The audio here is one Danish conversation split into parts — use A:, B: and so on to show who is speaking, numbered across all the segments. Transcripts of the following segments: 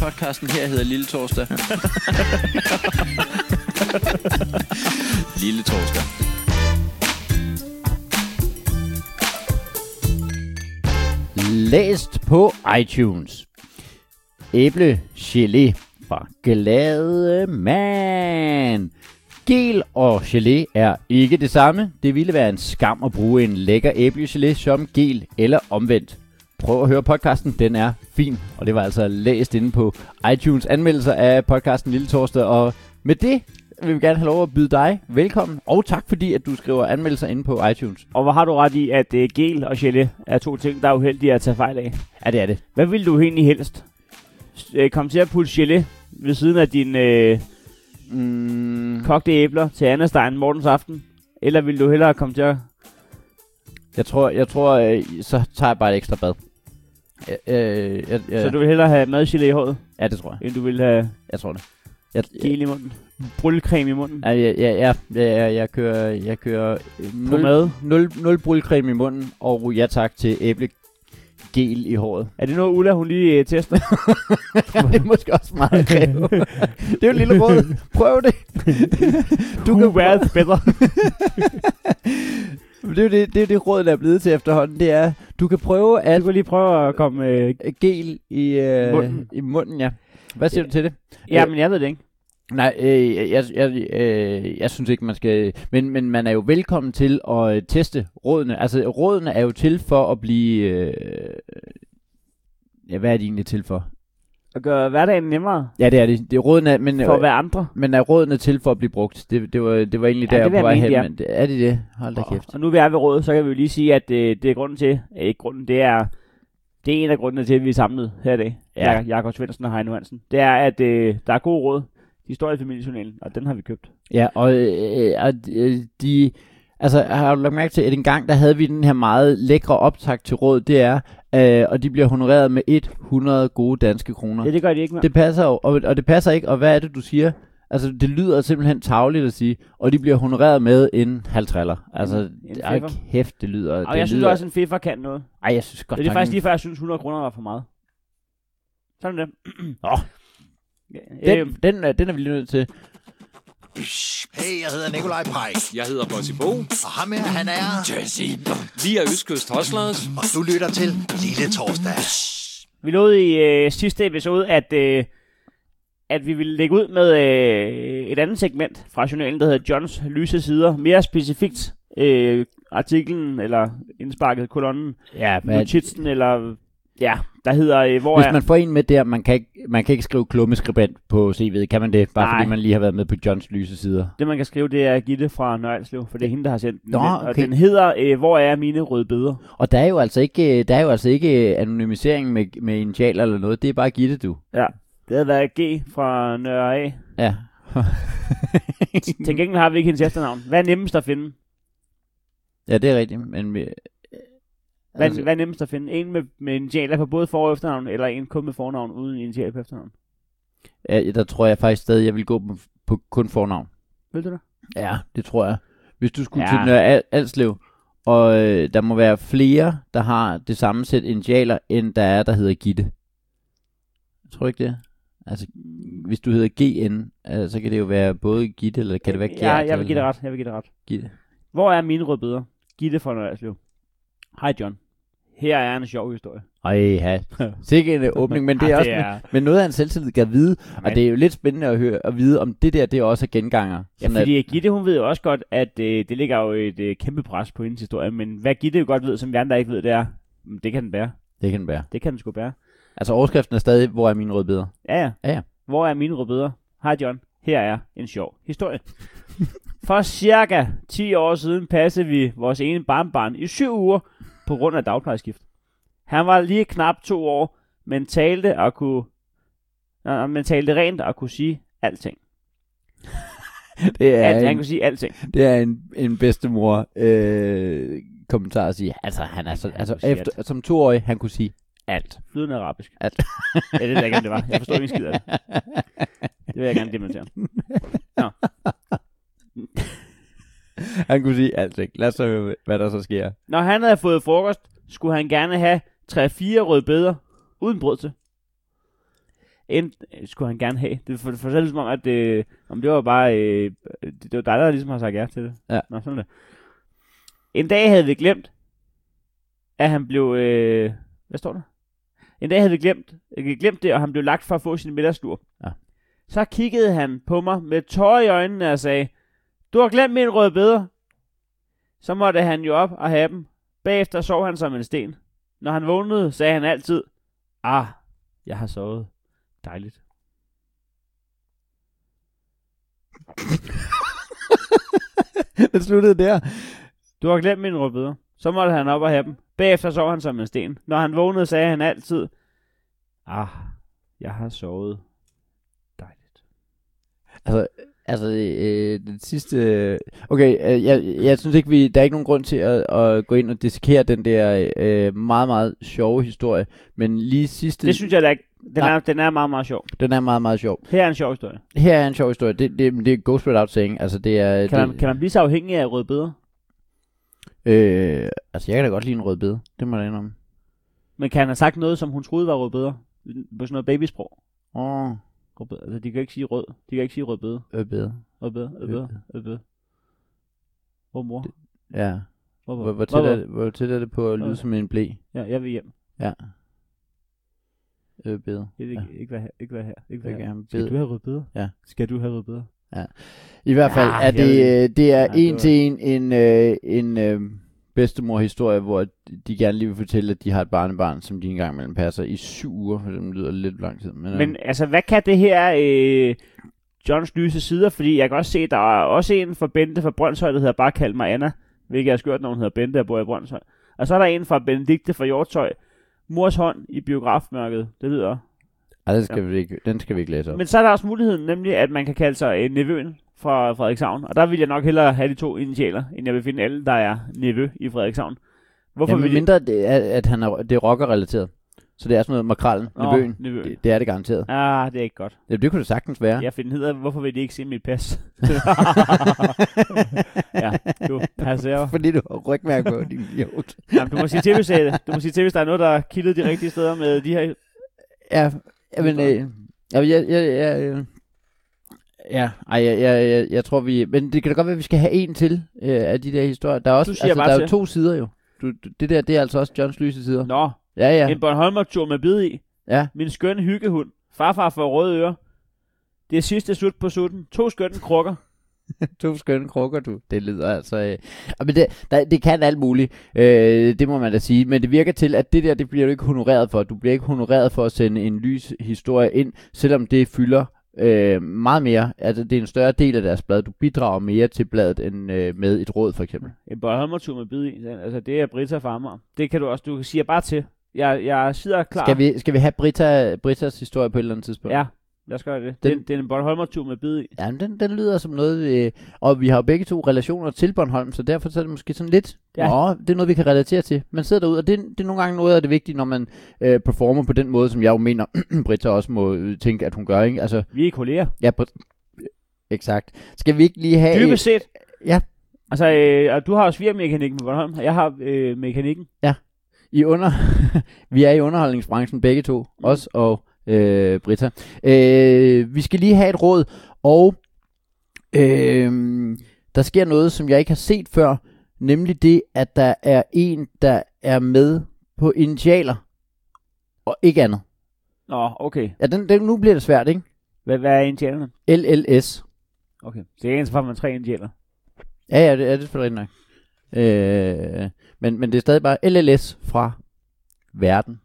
A: podcasten her hedder Lille Torsdag. Lille Torsdag.
B: Læst på iTunes. Æblegelé fra Glade Man. Gel og gelé er ikke det samme. Det ville være en skam at bruge en lækker æblegelé som gel eller omvendt. Prøv at høre podcasten, den er fin. Og det var altså læst inde på iTunes anmeldelser af podcasten Lille Torsdag. Og med det vil vi gerne have lov at byde dig velkommen. Og tak fordi, at du skriver anmeldelser inde på iTunes.
C: Og hvor har du ret i, at uh, gel og gelé er to ting, der er uheldige at tage fejl af?
B: Ja, det er det.
C: Hvad ville du egentlig helst? S- øh, Kom til at putte gelé ved siden af dine øh,
B: Mm,
C: kogte æbler til andestegen morgens aften? Eller ville du hellere komme til at...
B: jeg tror, jeg tror øh, så tager jeg bare et ekstra bad. Øh, øh, jeg,
C: Ja.
B: jeg,
C: Så du ville hellere have madgelé i håret,
B: Ja, det tror jeg.
C: end du ville have
B: Jeg tror det. Jeg, jeg,
C: gel i munden? Bryllecreme i munden? Ja.
B: jeg, jeg, jeg, jeg, jeg, jeg kører, jeg kører øh, nul,
C: Pomade?
B: nul, nul bryllecreme i munden, og ja tak til æblegel i håret.
C: Er det noget, Ulla hun lige øh, tester?
B: ja, det er måske også meget at kræve. det er jo et lille råd. Prøv det.
C: Du
B: kan
C: kan være bedre.
B: Det er jo det, det, er det råd, der er blevet til efterhånden. Det er, du kan prøve at
C: Du kan lige prøve at komme... Øh,
B: gel i, øh,
C: Munden.
B: i munden, ja. Hvad siger
C: Ja.
B: du til det?
C: ja, men jeg ved det ikke.
B: Nej, øh, jeg, jeg, jeg, øh, jeg synes ikke, man skal... Men, men man er jo velkommen til at øh, teste rådene. Altså, rådene er jo til for at blive... Øh, ja, hvad er de egentlig til for?
C: At gøre hverdagen nemmere
B: Ja, det er det. det er rådene, er- men, øh,
C: for at være andre.
B: men er rådene til for at blive brugt? Det, det, var, det var egentlig
C: Ja,
B: der,
C: det vil
B: jeg
C: jeg
B: var
C: mene, de er.
B: men det, er det det? Hold da kæft.
C: Og, og nu vi er ved rådet, så kan vi jo lige sige, at øh, det er grunden til, øh, ikke grunden, det er, det er en af grundene til, at vi er samlet her i dag.
B: Ja.
C: Ja. Jak- Jakob Svendsen og Heino Hansen. Det er, at øh, der er gode råd. De står i familiejournalen, og den har vi købt.
B: Ja, og, øh, og øh, de... Altså, har du lagt mærke til, at en gang, der havde vi den her meget lækre optakt til råd, det er, øh, og de bliver honoreret med 100 gode danske kroner.
C: Ja, det gør de ikke mere.
B: Det passer jo, og, og det passer ikke, og hvad er det, du siger? Altså, det lyder simpelthen tavligt at sige, og de bliver honoreret med en halvtræller. Altså,
C: En- en
B: det er
C: femmer.
B: kæft, det lyder...
C: Mm. og
B: det
C: jeg synes
B: lyder,
C: også, at en FIFA kan noget.
B: Ej, jeg synes godt,
C: det er
B: tanken-
C: faktisk lige før, jeg synes 100 kroner var for meget. Sådan er det.
B: Nå.
C: Ja, øh,
B: Den, den, er- den er vi lige nødt til.
D: Hey, jeg hedder Nikolaj Pej,
E: Jeg hedder Bossy Bo.
D: og ham her, han er...
E: Vi er Østkyst Hoslers.
D: Og du lytter til Lille Torsdag.
C: vi lovede i øh, sidste episode, at, øh, at vi ville lægge ud med øh, et andet segment fra journalen, der hedder Johns lyse sider. Mere specifikt øh, artiklen, eller indsparket kolonnen,
B: Ja,
C: ja, notitsen, eller... Ja, der hedder... Øh, hvor
B: hvis
C: er,
B: man får en med der, man kan ikke, man kan ikke skrive klummeskribent på CV'et, kan man det? Bare
C: Nej.
B: fordi man lige har været med på Johns lyse sider.
C: Det, man kan skrive, det er Gitte fra Nørreslev, for det er hende, der har sendt den.
B: Nå,
C: ind, Og
B: okay.
C: den hedder, øh, hvor er mine rødbeder?
B: Og der er jo altså ikke, der er jo altså ikke anonymisering med, med initialer eller noget. Det er bare Gitte, du.
C: Det havde været G fra Nørre A.
B: Ja.
C: Til gengæld har vi ikke hendes efternavn. Hvad er nemmest at finde?
B: ja, det er rigtigt. Men, vi-
C: Hvad, altså, hvad er nemmest at finde? En med, med initialer på både for- og efternavn, eller en kun med fornavn uden initialer på efternavn?
B: Ja, der tror jeg faktisk stadig, jeg vil gå på, på kun fornavn.
C: Ved du det?
B: Ja, det tror jeg. Hvis du skulle ja.
C: Ja.
B: til Nørre Al- Alslev, og øh, der må være flere, der har det samme sæt initialer, end der er, der hedder Gitte. Tror du ikke det? Altså, hvis du hedder GN, øh, så kan det jo være både Gitte, eller kan det være Gert?
C: Ja, jeg vil
B: eller
C: give det
B: sådan
C: ret. Jeg vil give det ret.
B: noget? Gitte.
C: Hvor er mine rødbeder? Gitte fra Nørreslev. Hej John. Her er en sjov historie. Ah,
B: Ej, ja. Sikke en øh, åbning, men det er
C: Ej,
B: også en- men noget af en selvtillid kan vide, og
C: Amen.
B: det er jo lidt spændende at høre at vide, om det der, det også er genganger.
C: Ja, fordi Gitte, hun ved jo også godt, at øh, det ligger jo et øh, kæmpe pres på hendes historie, men hvad Gitte jo godt ved, som vi andre ikke ved, det er, "Mm, det kan den bære.
B: at, det kan det være.
C: Det kan den sgu bære.
B: Altså, overskriften er stadig, hvor er mine rødbeder?
C: Ja, ja.
B: Ja, ja.
C: Hvor er mine rødbeder? Hej John, her er en sjov historie. For cirka 10 år siden passede vi vores ene barnbarn i syv uger på grund af dagplejeskift. Han var lige knap to år, men talte og kunne... Nå, men talte rent og kunne sige alting.
B: Det er
C: Alt,
B: en-
C: han kunne sige alting.
B: Det er en, en bedstemor øh, kommentar at sige. Altså, han er så,
C: Han
B: altså
C: kunne sige
B: efter, som toårig, han kunne sige alt.
C: Flydende arabisk.
B: Alt.
C: ja, det ved jeg ikke, om det var. Jeg forstår ikke en skid af det. Det vil jeg gerne demontere.
B: Han kunne sige alt, ikke? Lad os så høre, hvad der så sker.
C: Når han havde fået frokost, skulle han gerne have 3-4 rødbeder uden brød til. end øh, skulle han gerne have. Det for, for selv som om, at øh, om det var bare... Øh, det, det var dig, der ligesom har sagt ja til det.
B: Ja.
C: Nå, sådan er det. En dag havde vi glemt, at han blev... Øh, hvad står der? En dag havde vi glemt, øh, glemt det, og han blev lagt for at få sin middagslur.
B: Ja.
C: Så kiggede han på mig med tårer i øjnene og sagde, du har glemt min røde bedre. Så måtte han jo op og have dem. Bagefter sov han som en sten. Når han vågnede, sagde han altid, Ah, jeg har sovet. Dejligt.
B: Den sluttede der.
C: Du har glemt min rødbeder. Så måtte han op og have dem. Bagefter sov han som en sten. Når han vågnede, sagde han altid, Ah, jeg har sovet. Dejligt.
B: Altså, altså øh, den sidste... øh, Okay, øh, jeg, jeg synes ikke, vi, der er ikke nogen grund til at, at gå ind og dissekere den der øh, meget, meget sjove historie. Men lige sidste,
C: Det, synes jeg da ikke. Den
B: Nej.
C: er, den er meget, meget sjov.
B: den er meget, meget sjov.
C: Her er en sjov historie.
B: Her er en sjov historie. Det, det, det goes without saying. Altså, det er...
C: Kan
B: det,
C: man, kan man blive så afhængig af rødbeder?
B: Øh, altså, jeg kan da godt lide en rød bede. Det må jeg da indrømme.
C: Men kan han have sagt noget, som hun troede var rødbeder? På sådan noget babysprog.
B: Åh, oh,
C: Rødbeder. Altså, de kan ikke sige rød. De kan ikke sige rødbeder.
B: rød bede.
C: Rødbeder. Rødbeder. Rødbede. Hvor mor?
B: Ja.
C: Hvor,
B: Hvor, hvor,
C: hvor, hvor,
B: tæt er,
C: hvor?
B: det- hvor tæt er det på at lyde
C: Hvorfor?
B: som en blæ?
C: Ja, jeg vil hjem.
B: Øh, bede.
C: Jeg vil ikke, ikke være her. Ikke være her. Ikke være her.
B: Ja.
C: Skal du
B: bede.
C: have rødbeder?
B: Ja.
C: Skal du have rødbeder?
B: I hvert fald
C: Ja,
B: er
C: Ah, jeg
B: det,
C: ved
B: øh, det er
C: Ja, det
B: en
C: var-
B: til en en, øh, en øh, bedstemor-historie, hvor de gerne lige vil fortælle, at de har et barnebarn, som de engang imellem passer i syv uger, for det lyder lidt lang tid. Men, øh,
C: Men altså, hvad kan det her øh, Johns lyse sider? Fordi jeg kan også se, der er også en fra Bente fra Brøndshøj, der hedder Bare kald mig Anna. Hvilket er skørt, når hun hedder Bente og bor i Brøndshøj. Og så er der en fra Benedikte fra Hjortøj. Mors hånd i biografmørket. Det lyder.
B: ej, den, skal vi ikke, den skal vi ikke læse op.
C: Men så er der også muligheden, nemlig at man kan kalde sig øh, Nevøen fra Frederikshavn. Og der vil jeg nok hellere have de to initialer, end jeg vil finde alle, der er Nevø i Frederikshavn. Hvorfor
B: Jamen,
C: vil de...
B: mindre det er, at han er, det er rocker-relateret. Så det er sådan noget makrallen,
C: Nå,
B: oh,
C: Nevøen.
B: det, det er det garanteret.
C: Ah, det er ikke godt.
B: Ja. Det kunne det sagtens være.
C: Jeg finder hedder, hvorfor vil de ikke se mit pas? ja, du passer.
B: Fordi du har rygmærke på din idiot.
C: Jamen, du må sige til, hvis, øh, du må sige til, hvis der er noget, der kildede de rigtige steder med de her...
B: Ja, men øh, jeg, jeg, jeg, jeg, øh, ja, ej, jeg, jeg, jeg, jeg tror vi, men det kan da godt være, at vi skal have en til øh, af de der historier. Der er også,
C: Du siger
B: altså,
C: bare
B: der er jo
C: til.
B: to sider jo. Du, du, det der, det er altså også Johns lyse sider.
C: Nå,
B: Ja,
C: ja.
B: ja,
C: en Bornholmer-tur med bid i.
B: ja.
C: Min skønne hyggehund. Farfar for røde ører. Det er sidste sut på sutten. To skønne krukker.
B: To skønne krukker, du. Det lyder altså... Øh. og Men det, der, det kan alt muligt, øh, det må man da sige. Men det virker til, at det der, det bliver du ikke honoreret for. Du bliver ikke honoreret for at sende en lys historie ind, selvom det fylder øh, meget mere. Altså, det er en større del af deres blad. Du bidrager mere til bladet end øh, med et råd, for eksempel.
C: En Bornholmer-tur med bid i. Altså, det er Britta fra Amager. Det kan du også. Du siger bare til. Jeg, jeg sidder klar.
B: Skal vi, skal vi have Britta, Brittas historie på et eller andet tidspunkt?
C: Ja, lad os gøre det. Den...
B: Den-
C: Det, det er en Bornholmer-tur med bid i.
B: Jamen, den, den lyder som noget... Øh, og vi har jo begge to relationer til Bornholm, så derfor så er det måske sådan lidt... Ja.
C: Ja.
B: Nå, det er noget, vi kan relatere til. Man sidder derude, og det, det er nogle gange noget af det vigtige, når man øh, performer på den måde, som jeg jo mener, Britta også må øh, tænke, at hun gør, ikke? Altså,
C: Vi er kolleger.
B: ja, Brit- Exakt. Skal vi ikke lige have...
C: Dybest set.
B: Ja.
C: Altså, øh, og du har jo svigermekanikken på Bornholm, og jeg har øh, mekanikken.
B: I under... vi er i underholdningsbranchen begge to, os og øh, Britta. Øh, vi skal lige have et råd, og øh, der sker noget, som jeg ikke har set før, nemlig det, at der er en, der er med på initialer, og ikke andet.
C: Nå, okay.
B: Ja, den, den, nu bliver det svært, ikke?
C: Hvad, hvad er indianerne?
B: LLS.
C: Okay. Det er ens fra, man tre indianer.
B: Ja, ja, det er det er selvfølgelig nok. Øh, men, men det er stadig bare LLS fra verden.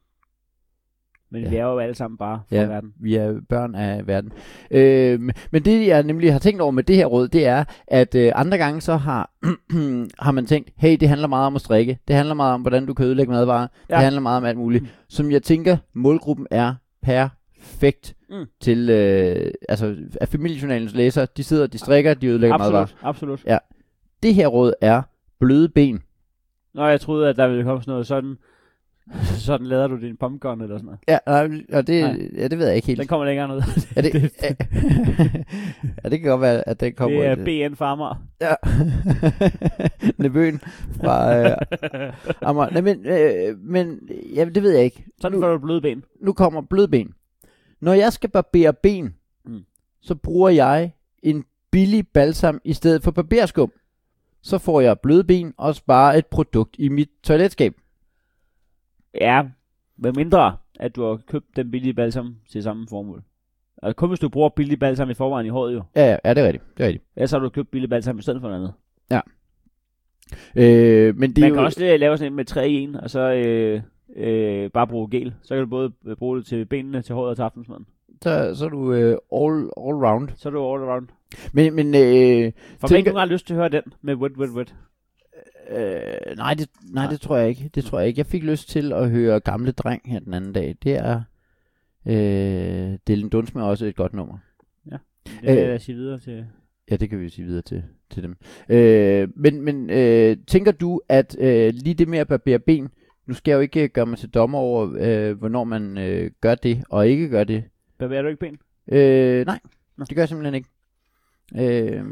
C: Men
B: Ja.
C: ja. vi er jo alle sammen bare fra
B: Ja.
C: ja. verden.
B: Vi er børn af verden. Øh, men det, jeg nemlig har tænkt over med det her råd, det er, at øh, andre gange så har, har man tænkt, hey, det handler meget om at strikke. Det handler meget om, hvordan du kan ødelægge madvarer. Ja.
C: Ja.
B: Det handler meget om alt muligt.
C: Mm.
B: Som jeg tænker, målgruppen er perfekt mm.
C: Mm.
B: til, øh, altså, at familiejournalens læsere, de sidder, de strikker, de ødelægger madvarer.
C: Absolut, absolut.
B: Det her råd er bløde ben.
C: Nå, jeg troede, at der ville komme sådan noget sådan, sådan lader du din pumpgun eller sådan noget.
B: Ja, nej, og det,
C: Nej.
B: ja, det ved jeg ikke helt.
C: Den kommer længere ned.
B: er det,
C: det-
B: ja, det kan godt være, at den kommer.
C: det er
B: i
C: BN Farmer.
B: Ja. Nevøen fra øh, Amager. Nej, men, øh, men ja, det ved jeg ikke.
C: Sådan får du bløde ben.
B: Nu kommer blødben. Når jeg skal barbere ben,
C: Mm.
B: mm. så bruger jeg en billig balsam i stedet for barberskum. Så får jeg bløde ben og sparer et produkt i mit toiletskab.
C: Ja, med mindre, at du har købt den billige balsam til samme formål. Altså kun hvis du bruger billig balsam i forvejen i håret jo.
B: Ja, ja, ja det er rigtigt. Det er rigtigt.
C: Ellers har du købt billig balsam i stedet for noget andet.
B: Øh, men det er
C: Man
B: jo...
C: kan også øh, lave sådan en med 3 i 1, og så øh, øh, bare bruge gel. Så kan du både øh, bruge det til benene, til håret og til aftensmaden.
B: Så, så er du øh, all, all round.
C: Så er du all around.
B: Men, men øh,
C: For
B: Tænker-
C: Tænker... nogen har lyst til at høre den med wet, wet, wet.
B: øh, nej, det, nej, det tror jeg ikke. Det tror jeg ikke. Jeg fik lyst til at høre Gamle Dreng her den anden dag. Det er... Øh, Dylan Dunsme er også et godt nummer.
C: Det vil
B: Øh.
C: jeg sige videre til.
B: Ja, det kan vi jo sige videre til, til dem. Øh, men men øh, tænker du, at øh, lige det med at barbere ben, nu skal jeg jo ikke gøre mig til dommer over, øh, hvornår man øh, gør det og ikke gør det.
C: Bevæger du ikke ben?
B: Øh, nej,
C: Nå.
B: det gør jeg simpelthen ikke. Øh,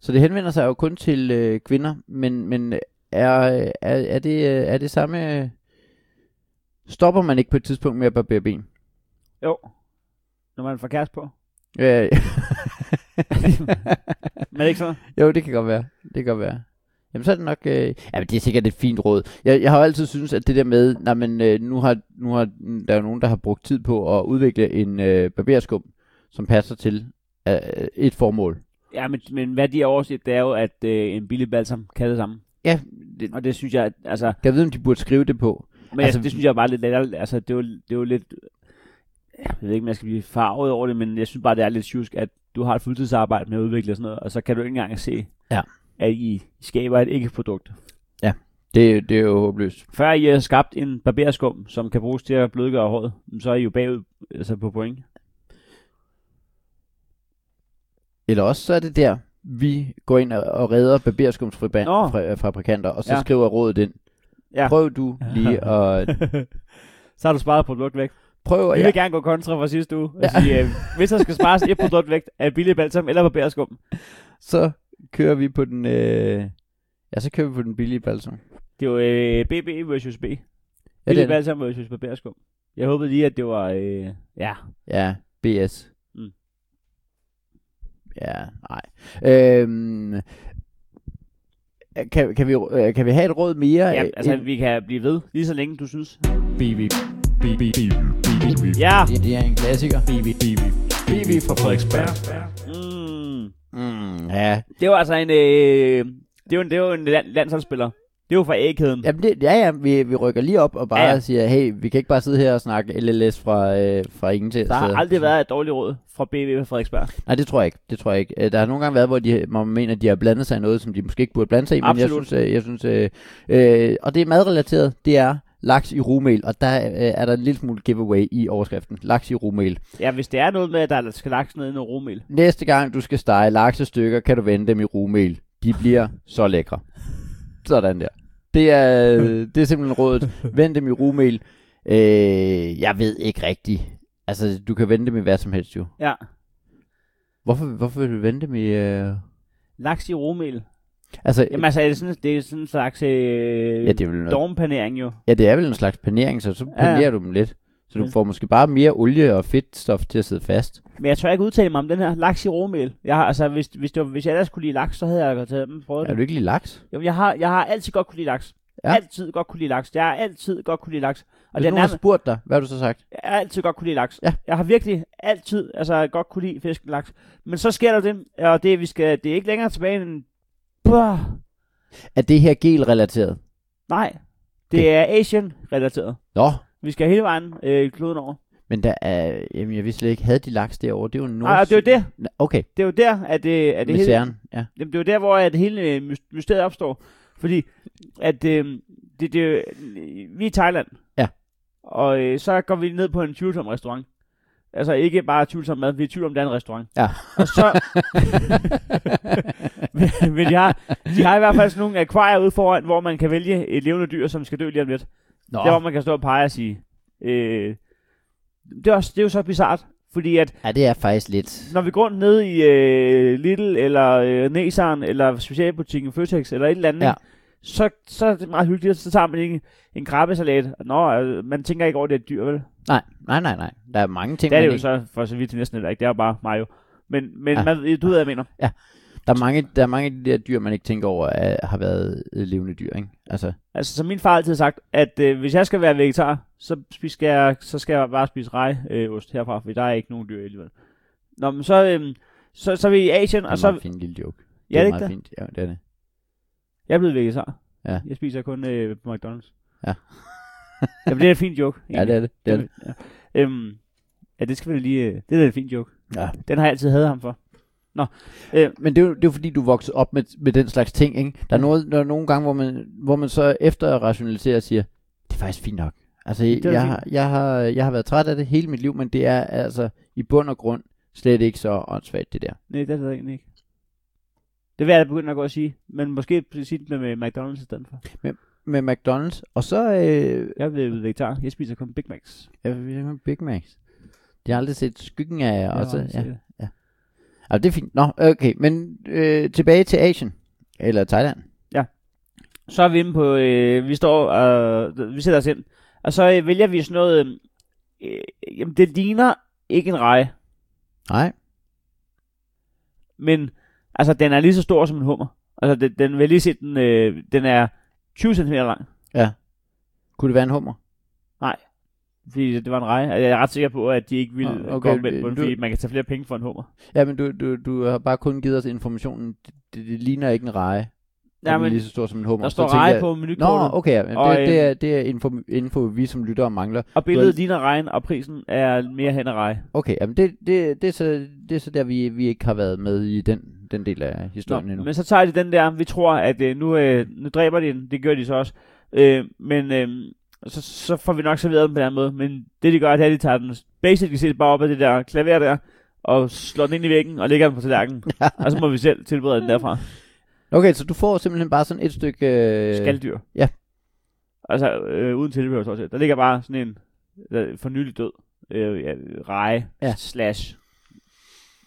B: så det henvender sig jo kun til øh, kvinder, men, men er, er, er, det, øh, er det samme... øh, Stopper man ikke på et tidspunkt med at barbere ben?
C: Jo. Når man får kæreste på.
B: Øh,
C: Men ikke sådan.
B: Jo, det kan godt være. Det kan godt være. Jamen, så er det nok... Øh... Jamen, det er sikkert et fint råd. Jeg, jeg har jo altid synes at det der med... Nej, men øh, nu har, nu har der er jo nogen, der har brugt tid på at udvikle en øh, barberskum, som passer til øh, et formål.
C: Ja, men, men hvad de har overset, det er jo, at øh, en billig balsam kan det samme.
B: Ja, det,
C: Og det synes jeg, at, altså,
B: jeg ved, om de burde skrive det på.
C: men altså,
B: Altså-
C: det synes jeg bare er lidt latterligt. Altså, det er jo, det er jo lidt, jeg ved ikke, om jeg skal blive farvet over det, men jeg synes bare, det er lidt sjusk, at du har et fuldtidsarbejde med at udvikle og sådan noget, og så kan du ikke engang se,
B: Ja.
C: at I skaber et ikke-produkt.
B: Det, det er jo håbløst.
C: Før I har skabt en barberskum, som kan bruges til at blødgøre håret, så er I jo bagud altså på point.
B: Eller også så er det der, vi går ind og, og redder
C: Nå.
B: barberskumsfabrikanter, øh, og så
C: Ja.
B: ja. skriver rådet ind.
C: Ja.
B: Ja. Prøv du lige at...
C: så har du sparet produkt væk.
B: Prøv
C: Og
B: at...
C: jeg
B: Ja.
C: vil gerne gå kontra fra sidste uge og sige, øh, hvis der skal spares et produkt væk af billig balsam eller barberskum,
B: Så kører vi på den... Øh... Ja, så kører vi på den billige balsam.
C: det er jo øh, BB versus B.
B: Ja,
C: Billig
B: det er,
C: balsam versus barberskum. Jeg håbede lige, at det var, øh, ja,
B: ja BS.
C: Mm.
B: Mm. Ja, nej. Øhm, kan, kan, vi, øh, kan vi have et råd mere?
C: ja
B: Øh,
C: altså
B: end-
C: vi kan blive ved, lige så længe du synes.
B: Bibi. Bibi.
C: Ja!
B: Det, det er en klassiker. Bibi. Bibi. Bibi fra Frederiksberg.
C: Mm.
B: Mm, ja.
C: Det var altså en, øh, det var en, det var en land, landsholdsspiller. Det var fra A-kæden.
B: Jamen det, ja, ja, vi, vi rykker lige op og bare
C: Ja,
B: ja,
C: ja.
B: ja. siger, hey, vi kan ikke bare sidde her og snakke LLS fra, øh, fra ingen til.
C: Der har
B: så-
C: aldrig været et dårligt råd fra BB på Frederiksberg.
B: Nej, det tror jeg ikke. Det tror jeg ikke. Øh, Der har nogle gange været, hvor de, man mener, at de har blandet sig i noget, som de måske ikke burde blande sig i. Men jeg
C: Absolut.
B: synes, øh, jeg synes øh, øh, og det er madrelateret, det er laks i rumel, og der øh, er der en lille smule giveaway i overskriften. Laks i rumel.
C: Ja, hvis det er noget med, at der skal laks ned i noget romel.
B: Næste gang, du skal stege laksestykker, kan du vende dem i rumel. De bliver så lækre. Sådan der. Det er, øh, det er simpelthen rådet. Vend dem i rumel. Øh, jeg ved ikke rigtigt. Altså, du kan vende dem i hvad som helst jo.
C: Ja.
B: Hvorfor, hvorfor vil du vende dem i... Øh...
C: Laks i romel.
B: Altså,
C: Jamen altså, er det sådan, det er sådan en slags øh,
B: Ja, det er vel noget.
C: dormpanering jo.
B: Ja, det er vel en slags panering, så så
C: Ja, ja.
B: panerer du dem lidt. Så du
C: Ja.
B: får måske bare mere olie og fedtstof til at sidde fast.
C: Men jeg tør ikke udtale mig om den her laks i romel. Jeg har, altså, hvis, hvis, det var, hvis jeg ellers kunne lide laks, så havde jeg godt taget dem prøvet
B: Er
C: det.
B: du ikke lige laks?
C: Jamen, jeg har, jeg har altid godt kunne lide laks. Ja.
B: Ja.
C: Altid godt kunne lide laks. Jeg har altid godt kunne lide laks. Og
B: Hvis
C: det er
B: nogen har
C: nærmest,
B: spurgt dig, hvad har du så sagt?
C: jeg har altid godt kunne lide laks.
B: Ja.
C: Jeg har virkelig altid altså, godt kunne lide fisk og laks. Men så sker der det, og det, vi skal, det er ikke længere tilbage end... Puh,
B: Er det her gel-relateret?
C: nej, det er Asian-relateret.
B: Nå,
C: Vi skal hele vejen øh, kloden over.
B: men der er... Jamen, jeg vidste slet ikke, havde de laks derovre? Det er jo nord...
C: Nej, det er jo det.
B: Nå, Okay,
C: Det er jo der, at det,
B: er det
C: at det hele,
B: misæren. Ja.
C: Jamen, det er jo der, hvor at hele øh, mys- mysteriet opstår. Fordi at, øh, det, det, er jo- øh, vi er i Thailand.
B: Ja.
C: Og øh, så går vi ned på en tvivlsom restaurant. Altså ikke bare tvivlsom mad, vi er i tvivl om, det er en restaurant.
B: Ja.
C: Og så... men men de, har, de har i hvert fald sådan nogle akvarier ude foran, hvor man kan vælge et levende dyr, som skal dø lige om lidt.
B: Nå,
C: Der, hvor man kan stå og pege og sige... Øh, det, er også, det er jo så bizart, fordi at
B: ja, det er faktisk lidt...
C: når vi går ned i øh, Lidl, eller øh, Nesaren, eller specialbutikken Føtex, eller et eller andet,
B: Ja.
C: ikke? så, så er det meget hyggeligt, så tager man en, en krabbesalat. Nå, øh, man tænker ikke over, at det er et dyr, vel?
B: Nej, nej, nej, nej. Der er mange ting,
C: Det er
B: man
C: det jo
B: ikke-
C: så for så vidt næsten heller ikke. Det er jo bare Mario. Men, men
B: Ja.
C: ja. man, du ved, hvad jeg mener.
B: der, er mange, der er mange af de der dyr, man ikke tænker over, at har været øh, levende dyr, ikke? Altså,
C: Altså, som min far altid har sagt, at øh, hvis jeg skal være vegetar, så, spis, skal jeg, så skal jeg bare spise rejeost øh, ost herfra, for der er ikke nogen dyr i alligevel. Nå, men så, øh, så, så er vi i Asien,
B: det er
C: og
B: så, en meget
C: så...
B: fin lille joke.
C: Ja, det
B: er
C: er ikke
B: meget
C: det.
B: fint. Ja, det er det.
C: Jeg er blevet vegetar.
B: Ja.
C: Jeg spiser kun øh, på McDonald's.
B: Ja.
C: Jamen, det er en fin joke.
B: Ja, det er det. det, er det.
C: Ja. Øhm, ja, det skal vi da lige... øh, Det er da en fin joke.
B: Ja.
C: Den har jeg altid hadet ham for.
B: Men det er, jo, det er jo fordi, du voksede op med, med den slags ting, ikke? Der
C: Mm.
B: er, noget, der er nogle gange, hvor man, hvor man så efter at rationalisere siger, det er faktisk fint nok. Altså, jeg,
C: er
B: jeg,
C: fint.
B: har, jeg, har, jeg har været træt af det hele mit liv, men det er altså i bund og grund slet ikke så åndssvagt, det der.
C: Nej, det ved jeg egentlig ikke. Det vil jeg da begynde at gå og sige. Men måske sige det med McDonald's i stedet for.
B: Med McDonald's, og så øh,
C: Jeg er blevet vegetar. Jeg spiser kun Big Macs.
B: jeg vil have Big Macs. De har aldrig set skyggen af jer.
C: Jeg har
B: Også,
C: aldrig
B: ja.
C: set det.
B: Altså, det er fint. Nå, okay. Men øh, tilbage til Asien. Eller Thailand.
C: Så er vi inde på, øh, vi står, øh, vi sætter os ind, og så øh, vælger vi sådan noget, øh, øh, jamen det ligner ikke en reje,
B: Nej.
C: men altså den er lige så stor som en hummer. Altså den, den vil lige se, den, øh, den er 20 cm lang,
B: Kunne det være en hummer?
C: fordi det var en reje. Altså, Jeg er ret sikker på, at de ikke ville
B: Nå,
C: okay,
B: okay,
C: gå med på den,
B: du-
C: fordi man kan tage flere penge for en hummer.
B: Ja, men du, du, du har bare kun givet os informationen. Det, det, det ligner ikke en reje. Ja, men, lige så stor som en hummer.
C: der
B: Så
C: står
B: tænker
C: reje
B: jeg-
C: på menukortet,
B: Nå, okay. Ja. men
C: Og,
B: Det, det,
C: øhm,
B: er, det er info, info, vi som lyttere mangler.
C: og billedet
B: du-
C: ligner regn, og prisen er mere hen ad reje.
B: Okay, jamen det, det, det, er, så, det er så der, vi, vi ikke har været med i den, den del af
C: Nå,
B: historien endnu.
C: men så tager de den der, vi tror, at øh, nu, øh, nu dræber de den, det gør de så også, øh, men øh, så, så får vi nok serveret den på den anden måde, men det de gør, det er, at de tager den basically set bare op af det der klaver der, og slår den ind i væggen, og lægger den på tallerkenen, og så må vi selv tilberede den derfra.
B: Okay, så du får simpelthen bare sådan et stykke... Øh,
C: Skaldyr.
B: ja.
C: Altså, øh, uden tilbehør, så Der ligger bare sådan en øh, for nylig død øh, ja, reje
B: Ja.
C: ja. slash.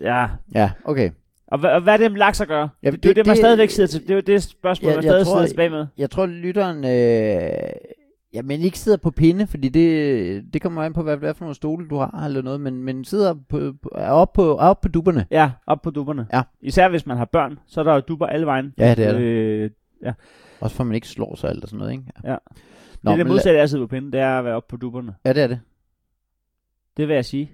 C: Ja,
B: Ja, okay.
C: og, hva- og hvad er det, lakser gør?
B: Ja,
C: Ja, det, det, er jo
B: det-
C: det, man
B: det-
C: stadigvæk sidder til. Det er jo det spørgsmål,
B: Ja,
C: man
B: jeg
C: stadig
B: tror,
C: sidder tilbage med.
B: Jeg tror, lytteren... Øh, jamen, ikke sidder på pinde, fordi det, det kommer an på, hvad det er for nogle stole, du har, eller noget, men, men sidder på, på, er oppe på, op på dupperne.
C: Ja, op på dupperne.
B: Ja.
C: Især hvis man har børn, så er der jo dupper alle vejen.
B: Ja, det er der.
C: Øh,
B: Også for, at man ikke slår sig eller sådan noget, ikke?
C: Ja.
B: Nå,
C: det er det
B: men la-
C: modsatte af at sidde på pinden, det er at være oppe på dupperne.
B: Ja, det er det.
C: Det vil jeg sige.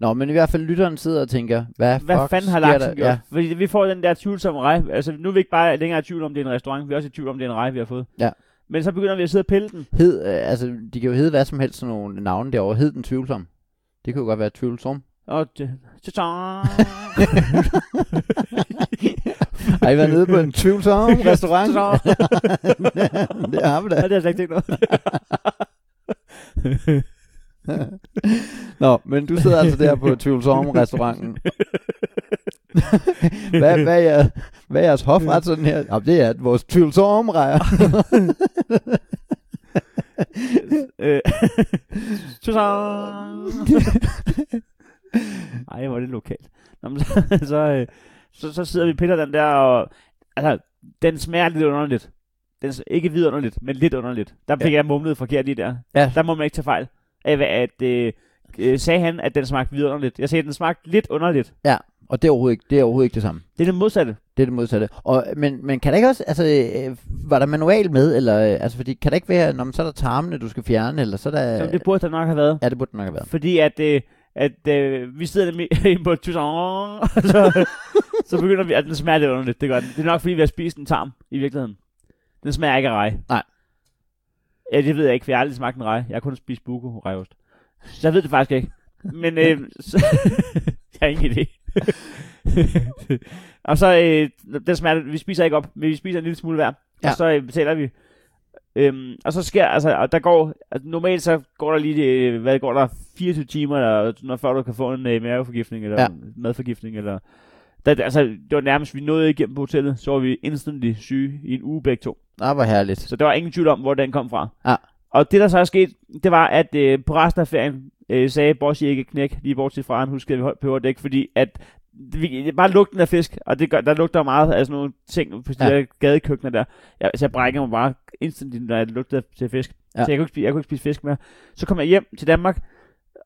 B: Nå, men i hvert fald lytteren sidder og tænker, hvad,
C: Hvad
B: fuck
C: fanden har
B: sker
C: lagt
B: der?
C: gjort? Ja. Fordi vi får den der tvivlsomme rej. Altså, nu er vi ikke bare længere i tvivl om, det er en restaurant. Vi er også i tvivl om, det er en rej, vi har fået.
B: Ja.
C: Men så begynder vi at sidde og pille den.
B: Hed, øh, altså, de kan jo hedde hvad som helst sådan nogle navne derovre. Hed den tvivlsom. Det kunne jo godt være tvivlsom.
C: Og det, så, så,
B: Har I været nede på en tvivlsom restaurant? det har vi da.
C: Ja, det har jeg slet ikke tænkt noget.
B: Nå, men du sidder altså der på tvivlsom restauranten. hvad, hvad, er, jeres- hvad er jeres hofret sådan her? Jamen, det er vores tvivlsom rejer.
C: Øh, så, så. Ej, hvor er det lokalt. Nå, men, så, så, øh, så, så sidder vi og piller den der, og altså, den smager lidt underligt. Den, s- ikke vidunderligt, men lidt underligt. Der fik ja. jeg mumlet forkert lige der.
B: Ja.
C: Der må man ikke tage fejl. Af, hvad- at, øh, øh, sagde han, at den smagte vidunderligt. Jeg sagde, at den smagte lidt underligt.
B: Og det er overhovedet ikke det, er overhovedet ikke det samme.
C: Det er det modsatte.
B: Det er det modsatte. Og, øh, men, men kan der ikke også, altså, øh, var der manual med, eller, øh, altså, fordi, kan der ikke være, når man så er der tarmene, du skal fjerne, eller så er der...
C: Så det burde der nok have været.
B: Ja, det burde det nok have været.
C: Fordi at, øh, at øh, vi sidder nemlig inde på et tusind, og så, så begynder vi, at den smager lidt underligt, det gør den. Det er nok fordi, vi har spist en tarm, i virkeligheden. Den smager ikke af rej.
B: Nej.
C: Ja, det ved jeg ikke, for jeg har aldrig smagt en rej. Jeg har kun spist buko rejost. Så jeg ved det faktisk ikke. Men øh, så, jeg har ingen idé. og så, øh, den smager, vi spiser ikke op, men vi spiser en lille smule hver.
B: Ja.
C: Ja. Og så øh, betaler vi. Øhm, og så sker, altså, og der går, altså, normalt så går der lige, øh, hvad går der, 24 timer, eller, når før du kan få en øh, maveforgiftning, eller
B: Ja.
C: ja. madforgiftning, eller, der, der- altså, det var nærmest, vi nåede igennem på hotellet, så var vi instantly syge i en uge begge to.
B: Ah, hvor herligt.
C: Så der var ingen tvivl om, hvor den kom fra.
B: Ja.
C: Og det, der så er sket, det var, at øh, på resten af ferien øh, sagde Bossy ikke knæk, lige bortset fra, at han huskede, at vi holdt på dæk, fordi at vi, bare lugten af fisk, og det gør, der lugter meget af sådan nogle ting på de
B: Ja.
C: ja. der gadekøkkener der. Jeg, altså, jeg brækker mig bare instantly, når jeg lugter til fisk.
B: Ja.
C: Ja. Så jeg kunne, ikke spise, jeg kunne ikke spise fisk mere. Så kom jeg hjem til Danmark,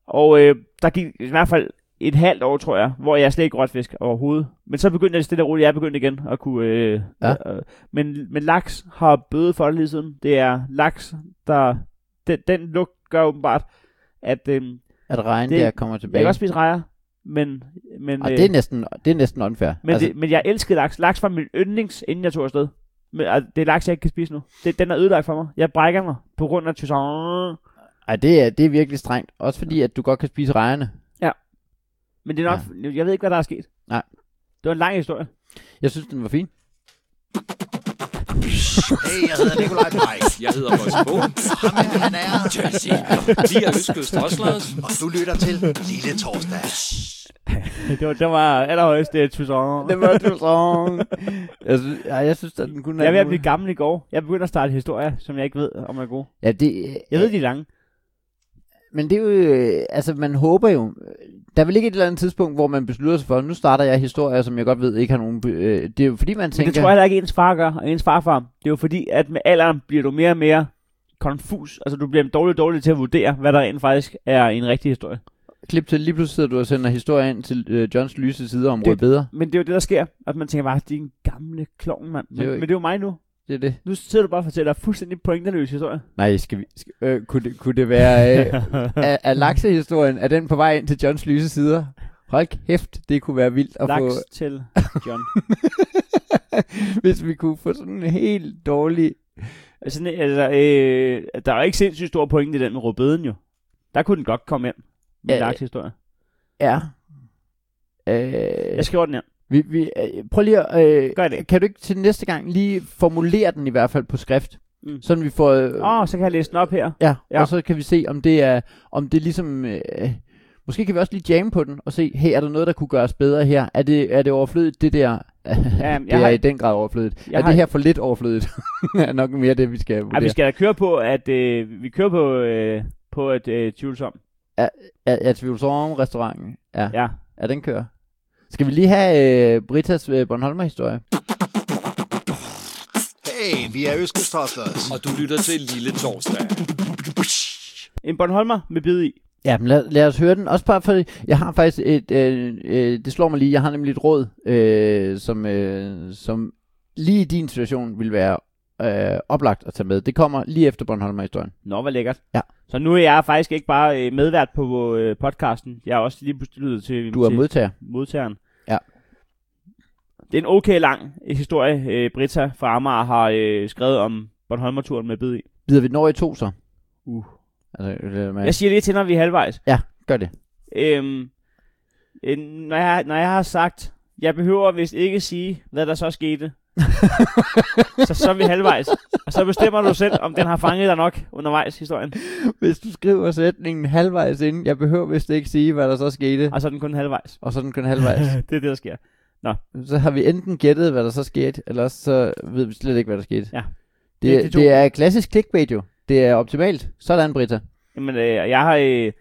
C: og øh, der gik i hvert fald et halvt år, tror jeg, hvor jeg slet ikke rørte fisk overhovedet. Men så begyndte jeg stille og roligt, jeg begyndte igen at kunne... Øh,
B: Ja.
C: øh, men, men laks har bøde for det lige siden. Det er laks, der... Den, den lugt gør åbenbart, at... Øh,
B: At regn
C: Det-
B: der kommer
C: jeg
B: tilbage.
C: kan også spise rejer, men... men øh,
B: Og det er næsten, det er næsten unfair.
C: men, altså, det, men jeg elskede laks. Laks var min yndlings, inden jeg tog afsted. Men altså, det er laks, jeg ikke kan spise nu. Det, den er ødelagt for mig. Jeg brækker mig på grund af tusan.
B: ej, det, er, det er virkelig strengt. Også fordi, at du godt kan spise rejerne.
C: Men det er nok... Ja. Jeg ved ikke, hvad der er sket.
B: Nej.
C: Det var en lang historie.
B: Jeg synes, den var fin.
D: Hey, jeg hedder Nikolaj Pej.
E: Jeg hedder Bossy Bo.
D: Ham her, han er.
E: De er Østkyst Hoslers.
D: Og du lytter til Lille Torsdag.
C: det var, det var allerhøjst det tusan.
B: Det var du så. jeg synes, ej, jeg synes at den kunne
C: Jeg er ved at
B: alt
C: blive
B: muligt.
C: gammel i går. Jeg begynder at starte historier, som jeg ikke ved, om er gode.
B: Ja, det,
C: Jeg ved, de er lange.
B: Men det er jo, øh, altså man håber jo, der er vel ikke et eller andet tidspunkt, hvor man beslutter sig for, nu starter jeg historier, som jeg godt ved ikke har nogen, be- øh, det er jo fordi man
C: Men
B: tænker,
C: det tror jeg heller ikke, ens far gør, og ens farfar. Det er jo fordi, at med alderen bliver du mere og mere konfus. Altså, du bliver dårlig dårlig til at vurdere, hvad der rent faktisk er en rigtig historie.
B: klip til, lige pludselig sidder du og sender historier ind til øh, Johns lyse sider om det...
C: Det-
B: bedre.
C: Men det er jo det, der sker, at man tænker bare, din gamle klovn, mand. Men,
B: Det er jo
C: men
B: ikke-
C: det er jo mig nu.
B: Det er det.
C: Nu sidder du bare og fortæller fuldstændig pointerløse historier.
B: Nej, skal vi, skal, øh, kunne, det, kunne det være, øh, er, er laksehistorien, er den på vej ind til Johns lyse sider? Hold kæft, det kunne være vildt at
C: Laks
B: få,
C: til John.
B: hvis vi kunne få sådan en helt dårlig,
C: altså, ne- altså øh, der er jo ikke sindssygt stor pointe i den med rødbeden jo. Der kunne den godt komme ind med
B: Ja,
C: øh, lakshistorie.
B: ja. Øh,
C: Jeg skriver den her.
B: Vi, vi, øh, prøv lige at... Øh,
C: Gør det.
B: Kan du ikke til næste gang lige formulere den i hvert fald på skrift? Mm.
C: Mm.
B: Sådan vi får... Øh,
C: Åh, oh, så kan jeg læse den op her.
B: ja, ja,
C: ja.
B: og så kan vi se, om det er om det ligesom... Øh, måske kan vi også lige jamme på den og se, hey, er der noget, der kunne gøres bedre her? Er det, er det overflødigt, det der?
C: jeg
B: det er
C: har-
B: i den grad overflødigt.
C: Jeg
B: er
C: har-
B: det her for lidt overflødigt? er nok mere det, vi skal
C: Ej,
B: vurdere.
C: vi skal da køre på, at øh, vi kører på, øh, på et øh, tvivlsom.
B: Er, er tvivlsom restauranten? Ja. ja.
C: Ja.
B: Er den kører? Skal vi lige have øh, Britas øh, Bornholmer-historie?
D: Hey, vi er Østkyst Hoslers.
E: Og du lytter til Lille Torsdag.
C: En Bornholmer med bid i.
B: Ja, men lad, lad os høre den. Også bare fordi, jeg har faktisk et, øh, øh, det slår mig lige, jeg har nemlig et råd, øh, som, øh, som lige i din situation vil være øh, oplagt at tage med. Det kommer lige efter Bornholmer-historien.
C: Nå, hvor lækkert.
B: Ja.
C: Så nu er jeg faktisk ikke bare øh, medvært på øh, podcasten. Jeg er også lige pludselig lyttet til,
B: Du er
C: til
B: modtager.
C: modtageren.
B: Ja.
C: Det er en okay lang øh, historie, øh, Britta fra Amager har øh, skrevet om Bornholmer-turen med bid i.
B: Bider vi den over i to så?
C: Uh.
B: Altså, øh,
C: Jeg
B: man,
C: siger lige til, når vi er halvvejs.
B: gør det.
C: Øhm, øh, når, jeg, når jeg har sagt, jeg behøver vist ikke sige, hvad der så skete, så, så er vi halvvejs. Og så bestemmer du selv, om den har fanget dig nok undervejs historien.
B: Hvis du skriver sætningen halvvejs inden, jeg behøver vist ikke sige, hvad der så skete,
C: Og så er den kun halvvejs.
B: og sådan kun halvvejs,
C: det er det, der sker.
B: så har vi enten gættet, hvad der så skete, eller også så ved vi slet ikke, hvad der skete.
C: Ja.
B: Det,
C: Det
B: det,
C: er
B: det,
C: de to.
B: det er klassisk clickbait jo. Det er optimalt. Sådan, Britta.
C: Jamen, øh, jeg har... Øh,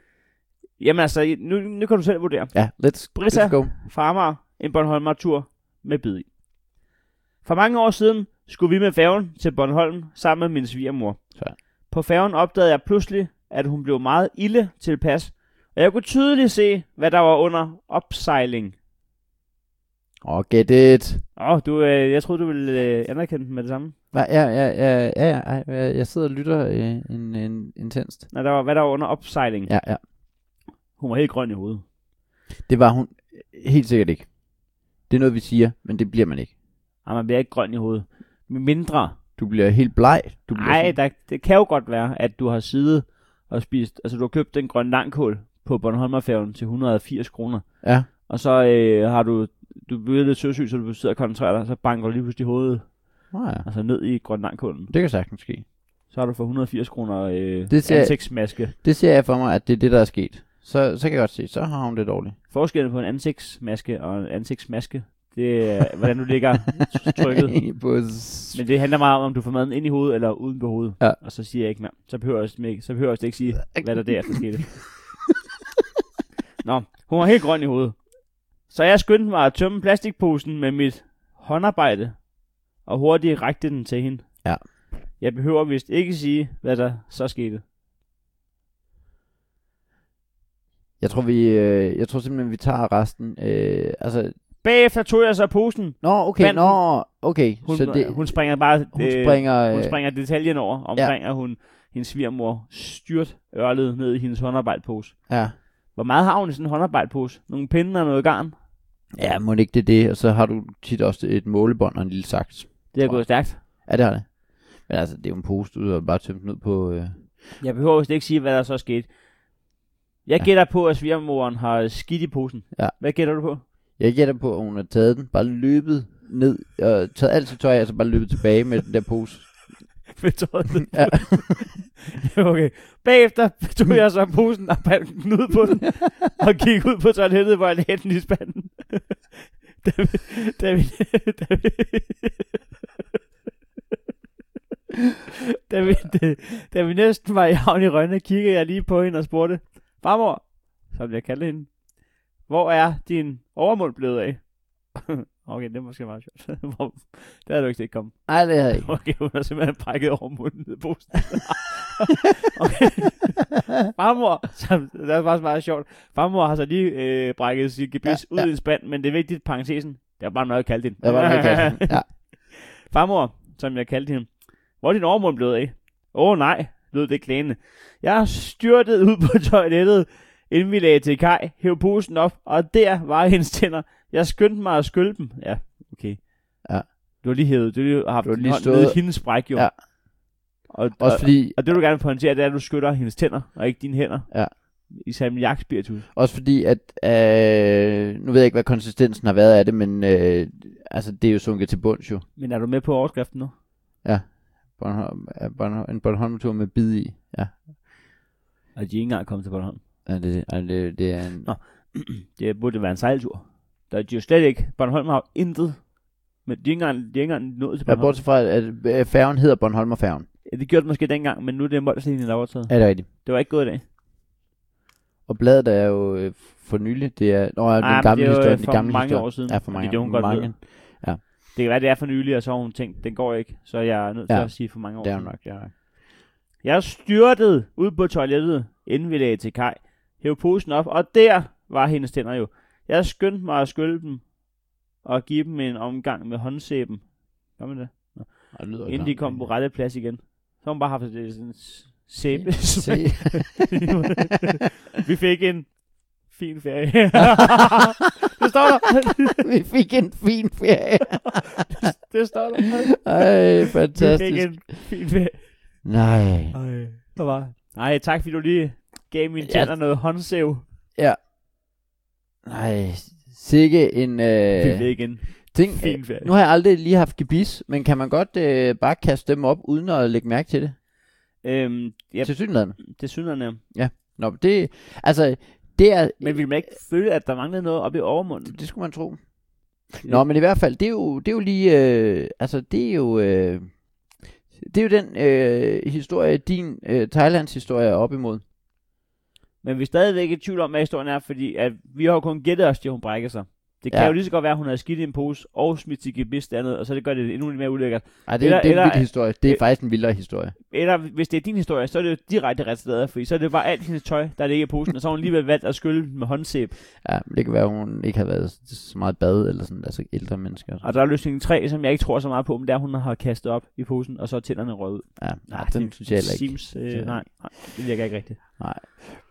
C: jamen altså, nu, nu kan du selv vurdere.
B: Ja, let's,
C: Britta.
B: let's go.
C: Farmer en Bornholmer-tur med bid i. For mange år siden skulle vi med færgen til Bornholm sammen med min svigermor.
B: Sådan.
C: På færgen opdagede jeg pludselig, at hun blev meget ille tilpas, og jeg kunne tydeligt se, hvad der var under opsejling.
B: Og get it.
C: Åh, oh, du, øh, jeg troede, du ville øh, anerkende den med det samme.
B: Nej, ja, ja, ja, ja, ja, ej, ja, jeg sidder og lytter øh, en, en, intenst.
C: Nej, der var, hvad der var under opsejling.
B: Ja, ja.
C: Hun var helt grøn i hovedet.
B: Det var hun helt sikkert ikke. Det er noget, vi siger, men det bliver man ikke.
C: Ej, man bliver ikke grøn i hovedet. Med mindre.
B: Du bliver helt bleg. Du bliver
C: Nej,
B: sådan-
C: der, det kan jo godt være, at du har siddet og spist, altså du har købt den grønne langkål på Bornholmerfærgen til 180 kroner.
B: Ja,
C: Og så øh, har du, du bliver lidt søsyg, så du sidder og koncentrerer dig, så banker du lige pludselig hovedet
B: Nå ja.
C: altså ned i grønlandkålen.
B: Det kan sagtens ske.
C: Så har du for 180 kroner øh,
B: Det ser-
C: ansigtsmaske.
B: Det ser jeg for mig, at det er det, der er sket. Så, så kan jeg godt se, så har hun det dårligt.
C: Forskellen på en ansigtsmaske og en ansigtsmaske, det er, hvordan du ligger trykket.
B: På
C: Men det handler meget om, om du får maden ind i hovedet eller uden på hovedet.
B: Ja.
C: Og så siger jeg ikke mere. Så behøver jeg, også ikke- så behøver jeg også ikke sige, hvad der derefter skete. Nå, hun var helt grøn i hovedet. Så jeg skyndte mig at tømme plastikposen med mit håndarbejde, og hurtigt rakte den til hende.
B: Ja.
C: Jeg behøver vist ikke sige, hvad der så skete.
B: Jeg tror, vi, øh, jeg tror simpelthen, vi tager resten. Øh, altså,
C: Bagefter tog jeg så posen.
B: nå, okay,
C: Manden-
B: nå, okay.
C: Hun,
B: så det,
C: hun springer bare
B: hun
C: øh,
B: springer...
C: hun
B: øh,
C: springer detaljen over, omkring at hun, hendes svigermor styrt ørlede ned i hendes håndarbejdpose.
B: Ja.
C: Hvor meget har hun i sådan en håndarbejdpose? Nogle pinde og noget garn?
B: ja, må ikke det er det, og så har du tit også et målebånd og en lille saks.
C: Det er
B: Tror jeg.
C: gået stærkt.
B: Ja, det har det. Men altså, det er jo en pose, du har bare tømt den ud på... Øh.
C: Jeg behøver vist ikke sige, hvad der så skete. Jeg
B: Ja.
C: gætter på, at svigermoren har skidt i posen.
B: Ja.
C: Hvad gætter du på?
B: Jeg gætter på, at hun har taget den, bare løbet ned, og taget alt sit tøj af, og så bare løbet tilbage med den der pose.
C: Med tøjet.
B: Ja.
C: okay. Bagefter tog jeg så posen og bandt den ud på den, og gik ud på toilettet, hvor jeg lagde den i spanden. da, vi, da, vi, da, vi, da, vi, da, da vi næsten var i havn i Rønne, kiggede jeg lige på hende og spurgte, Farmor, som jeg kaldte hende, hvor er din overmund blevet af? okay, det er måske meget sjovt. Hvor- Der havde du ikke set komme.
B: Nej, det har jeg ikke.
C: Okay, hun har simpelthen brækket over munden i posen. okay. Farmor, som, det er faktisk meget sjovt. Farmor har så lige øh, brækket sit gebis
B: Ja,
C: ja, ud
B: ja.
C: i en spand, men det er vigtigt, parentesen. Det var bare noget, jeg kaldte hende.
B: Jeg var bare kassen. Ja.
C: Farmor, som jeg kaldte hende. Hvor er din overmund blevet af? Åh oh, nej, lød det klagende. Jeg styrtede ud på toilettet, inden vi lagde til kaj, hæv posen op, og der var hendes tænder. Jeg skyndte mig at skylle dem. Ja, okay.
B: Ja.
C: Du har lige hævet, du har lige haft
B: Du har
C: din
B: lige
C: hånd
B: stået-
C: nede i hendes spræk, jo.
B: Ja.
C: Og, og,
B: Også fordi,
C: og, det du gerne vil pointere, det er, at du skytter hendes tænder, og ikke dine hænder.
B: Ja.
C: I salmiakspiritus.
B: også fordi at øh, nu ved jeg ikke, hvad konsistensen har været af det, men øh, altså, det er jo sunket til bunds jo.
C: Men er du med på overskriften nu?
B: Bornholm, er Bornholm, en Bornholm-tur med bid i. Ja,
C: Og de er ikke engang kommet til Bornholm.
B: ja det, ja, det, det er en...
C: Nå. Det burde være en sejltur. Der er de jo slet ikke. Bornholm har jo intet. Men de er ikke engang, de er ikke engang nået til
B: Ja,
C: Bornholm.
B: bortset fra, at øh, færgen hedder Bornholmerfærgen.
C: Ja, det gjorde det måske dengang, men nu er det Molslinjen, der er overtaget.
B: Er det rigtigt?
C: Det var ikke gået i dag.
B: Og bladet er jo øh, for nylig, det er... Nå, ja,
C: men
B: den gamle
C: det er jo, øh,
B: historie, den
C: for
B: gamle
C: mange
B: historie.
C: år siden,
B: Ja, for
C: fordi
B: mange,
C: det er hun godt
B: mange.
C: ved. Det kan være, det er for nylig, og så har hun tænkt, den går ikke, så jeg er nødt til
B: Ja,
C: at sige for mange år.
B: Det er hun
C: siden.
B: nok, ja.
C: Jeg styrtede ud på toilettet, inden vi lagde til kaj. Hæv posen op, og der var hendes tænder jo. Jeg skyndte mig at skylle dem, og give dem en omgang med håndsæben. Gør man det?
B: Og det lyder
C: Inden de kom på rette plads igen. Så har hun bare haft øh, sådan en s- sæbe.
B: Se.
C: vi fik en fin ferie. det står der.
B: Vi fik en fin ferie.
C: Det står der.
B: Ej,
C: Vi fik
B: fantastisk.
C: en fin ferie.
B: Nej.
C: Ej, hvad var det? Nej, tak fordi du lige gav mine
B: Ja.
C: tænder noget håndsæv.
B: Nej. Sikke en...
C: Vi fik
B: Øh,
C: en
B: ting.
C: fin ferie.
B: Nu har jeg aldrig lige haft gebis, men kan man godt øh, bare kaste dem op, uden at lægge mærke til det?
C: Øhm, ja,
B: Yep. Til synligheden.
C: det synes jeg
B: Nå, men det... Altså, det er...
C: Men ville man ikke føle, at der manglede noget oppe i overmunden?
B: Det skulle man tro. Nå, men i hvert fald, det er jo, det er jo lige, øh, altså det er jo, øh, det er jo den øh, historie, din øh, Thailands historie er op imod.
C: Men vi er stadigvæk i tvivl om, hvad historien er, fordi at vi har jo kun gættet os til, at hun brækker sig. Det kan
B: Ja.
C: ja. jo lige så godt være, at hun har skidt i en pose og smidt sit gebis dernede, og så det gør det endnu lidt mere ulækkert.
B: Ej, det, eller,
C: Eller-
B: det er en
C: eller-
B: vild historie. Det er
C: øh,
B: faktisk en vildere historie.
C: Eller hvis det er din historie, så er det jo direkte retstederet, fordi så er det bare alt hendes tøj, der ligger i posen, og så har hun alligevel valgt at skylle med håndsæb.
B: Ja, men det kan være, at hun ikke har været s- så meget i bad, eller sådan, altså ældre mennesker.
C: Og der er løsning 3, som jeg ikke tror så meget på, men det er, at hun har kastet op i posen, og så er tænderne røget ud.
B: Ja, nej, den synes jeg heller ikke.
C: Sims, øh, nej, nej, det virker ikke rigtigt.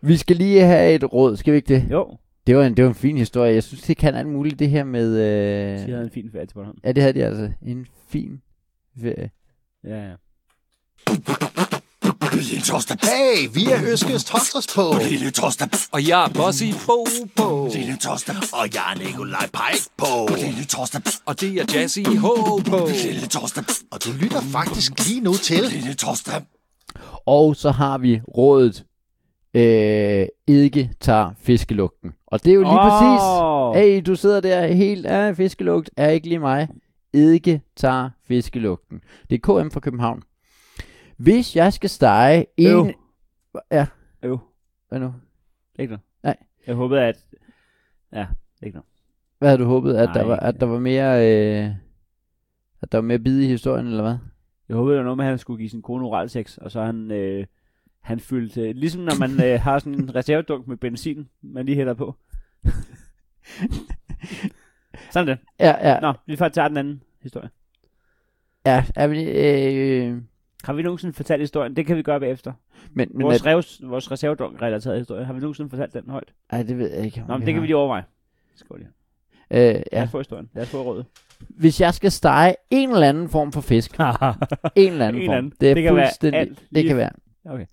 B: Vi skal lige have et råd, skal vi ikke det?
C: Jo,
B: Det var en, det var en fin historie. Jeg synes, det kan alt muligt, det her med...
C: så jeg havde
B: Øh...
C: en fin ferie til Bornholm.
B: Ja, det havde de altså. En fin ferie.
C: Ja, ja.
E: Lille torsdag.
D: Hey, vi er Øskes Tosters på.
E: Lille torsdag. Og jeg er Bossy Bo Bo.
D: Lille Torsdag. Og jeg er Nikolaj Pajk på. Lille Torsdag.
E: Og det er Jazzy Ho Bo.
D: Lille Torsdag. Og du lytter faktisk lige nu til. Lille Torsdag.
B: Og så har vi rådet, øh, ikke tager fiskelugten. Og det er jo lige oh. præcis... Hey, du sidder der helt af fiskelugt, er ikke lige mig. Ikke tager fiskelugten. Det er KM fra København. Hvis jeg skal stege en...
C: Øv.
B: Ja,
C: Øv.
B: hvad nu?
C: Ikke noget.
B: Nej.
C: Jeg håbede, at... Ja, ikke noget.
B: Hvad havde du håbet? At, der
C: Nej.
B: var, at der var mere... Øh, at der var mere bid i historien, eller hvad?
C: Jeg håbede, det var noget med, at han skulle give sin kone oral sex, og så han, øh, han fyldte... Øh, ligesom når man øh, har sådan en reservedunk med benzin, man lige hælder på. sådan er det.
B: Ja, ja.
C: Nå, vi får tage den anden historie.
B: ja, ja men, øh,
C: Har vi nogensinde fortalt historien? Det kan vi gøre bagefter.
B: men, men
C: Vores,
B: at,
C: revs, vores reservedunk-relateret historie. Har vi nogensinde fortalt den højt?
B: ej, det ved jeg ikke. om
C: Nå, men det kan
B: har.
C: vi lige overveje. Skål lige.
B: Øh,
C: Lad
B: ja.
C: os få historien. Lad os få rådet.
B: Hvis jeg skal stege en eller anden form for fisk, en eller anden
C: En
B: form,
C: eller anden.
B: det er
C: Det kan være
B: fuldstændig,
C: alt.
B: det
C: Lige-
B: kan være,
C: Okay.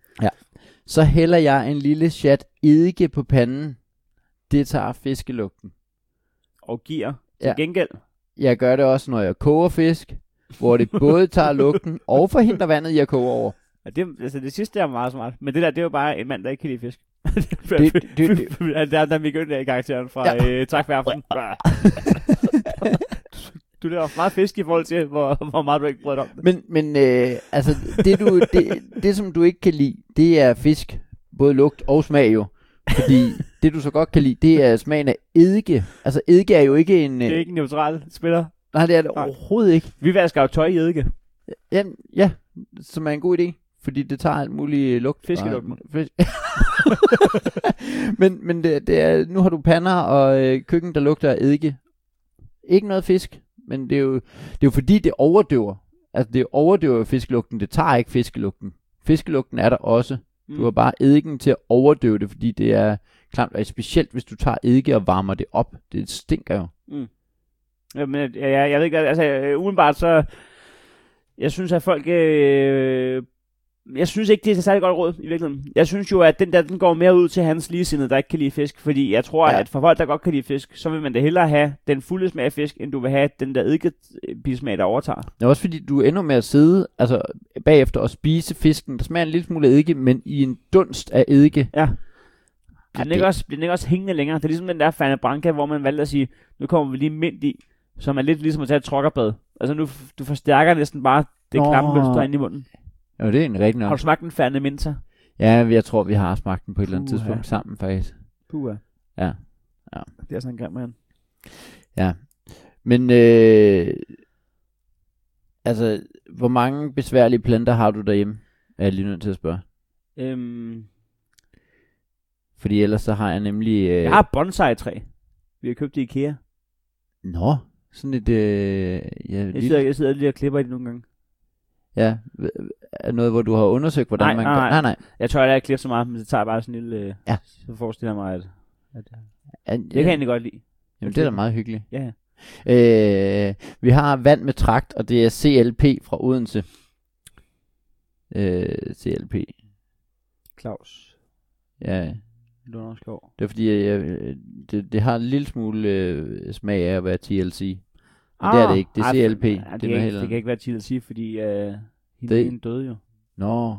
B: så hælder jeg en lille chat eddike på panden. Det tager fiskelugten.
C: Og gear.
B: Ja.
C: Til gengæld.
B: Jeg gør det også, når jeg koger fisk, hvor det både tager lugten og forhindrer vandet i at koge over.
C: Og det, altså det sidste er meget smart, men det der, det er jo bare en mand, der ikke kan lide fisk.
B: Det- det- det-
C: det. Der, der er Mikkel Øndal i karakteren fra ja. øh, Tak for aften. du laver meget fisk i forhold til, hvor, hvor meget du ikke bryder dig om. det.
B: Men, men øh, altså, det, du, det, det som du ikke kan lide, det er fisk, både lugt og smag jo. Fordi det du så godt kan lide, det er smagen af eddike. Altså eddike er jo ikke en...
C: Det er
B: Øh,
C: ikke en neutral spiller.
B: nej, det er det
C: nej.
B: overhovedet ikke.
C: Vi vasker jo tøj i eddike.
B: Ja, ja, som er en god idé, fordi det tager alt muligt øh, lugt.
C: Fiskelugten.
B: Og- Fisk. men men det, det er, nu har du pander og øh, køkken, der lugter af eddike. Ikke noget fisk, men det er jo, det er jo fordi, det overdøver. Altså, det overdøver fiskelugten, det tager ikke fiskelugten. Fiskelugten er der også. Du
C: Mm.
B: har bare eddiken til at overdøve det, fordi det er klamt. Og specielt, hvis du tager eddike og varmer det op. Det stinker jo.
C: Jamen, jeg, jeg, jeg ved ikke, altså øh, umiddelbart så, jeg synes at folk, øh, jeg synes ikke det er et særlig godt råd i virkeligheden. Jeg synes jo at den der, den går mere ud til hans ligesindede, der ikke kan lide fisk, fordi jeg tror
B: Ja.
C: ja. at for folk der godt kan lide fisk, så vil man da hellere have den fulde smag af fisk, end du vil have den der eddikebismag, der overtager.
B: Det er også fordi, du ender med at sidde altså, bagefter og spise fisken, der smager en lille smule af eddike, men i en dunst af eddike.
C: Ja.
B: Ja,
C: Bliver den, ikke også, bliver den ikke også hængende længere? Det er ligesom den der Fana Branca, hvor man valgte at sige, nu kommer vi lige midt i, som er lidt ligesom at tage et trokkerbad. Altså nu, f- du forstærker næsten bare det
B: Nå.
C: klamme mønster inde i munden.
B: Jo, det er en rigtig
C: Har
B: nok.
C: du smagt den Fana Minta?
B: Ja, jeg tror, vi har smagt den på et eller andet
C: Puha.
B: tidspunkt sammen, faktisk.
C: Puh,
B: Ja. Ja.
C: Det er sådan en grim mand.
B: Men, øh, altså, hvor mange besværlige planter har du derhjemme? Er jeg lige nødt til at spørge.
C: Øhm,
B: Fordi ellers så har jeg nemlig... Øh,
C: jeg har et bonsai-træ. Vi har købt i IKEA.
B: Nå, sådan et... Øh, ja,
C: Jeg
B: lille,
C: sidder, jeg sidder lige og klipper i det nogle gange.
B: ja, hv- er noget, hvor du har undersøgt, hvordan
C: Nej,
B: man
C: nej,
B: gør...
C: nej.
B: nej.
C: Jeg tror, at jeg klipper så meget, men det tager bare sådan en lille... Øh,
B: Ja.
C: Så forestiller jeg mig, at, at
B: Ja,
C: det kan jeg egentlig godt lide.
B: Jamen, det er da meget hyggeligt.
C: Ja.
B: Øh, vi har vand med trakt, og det er CLP fra Odense. Øh, CLP.
C: Claus
B: Ja,
C: Lunderskov.
B: det er fordi, jeg, jeg, det, det har en lille smule øh, smag af at være TLC. Men
C: Ah,
B: det er det ikke. Det er
C: ej,
B: CLP.
C: Ja,
B: det er
C: det,
B: noget
C: kan
B: helt
C: ikke, det kan
B: andet.
C: ikke være til at sige, fordi øh, hende,
B: Det-
C: det... hende døde jo.
B: Nå,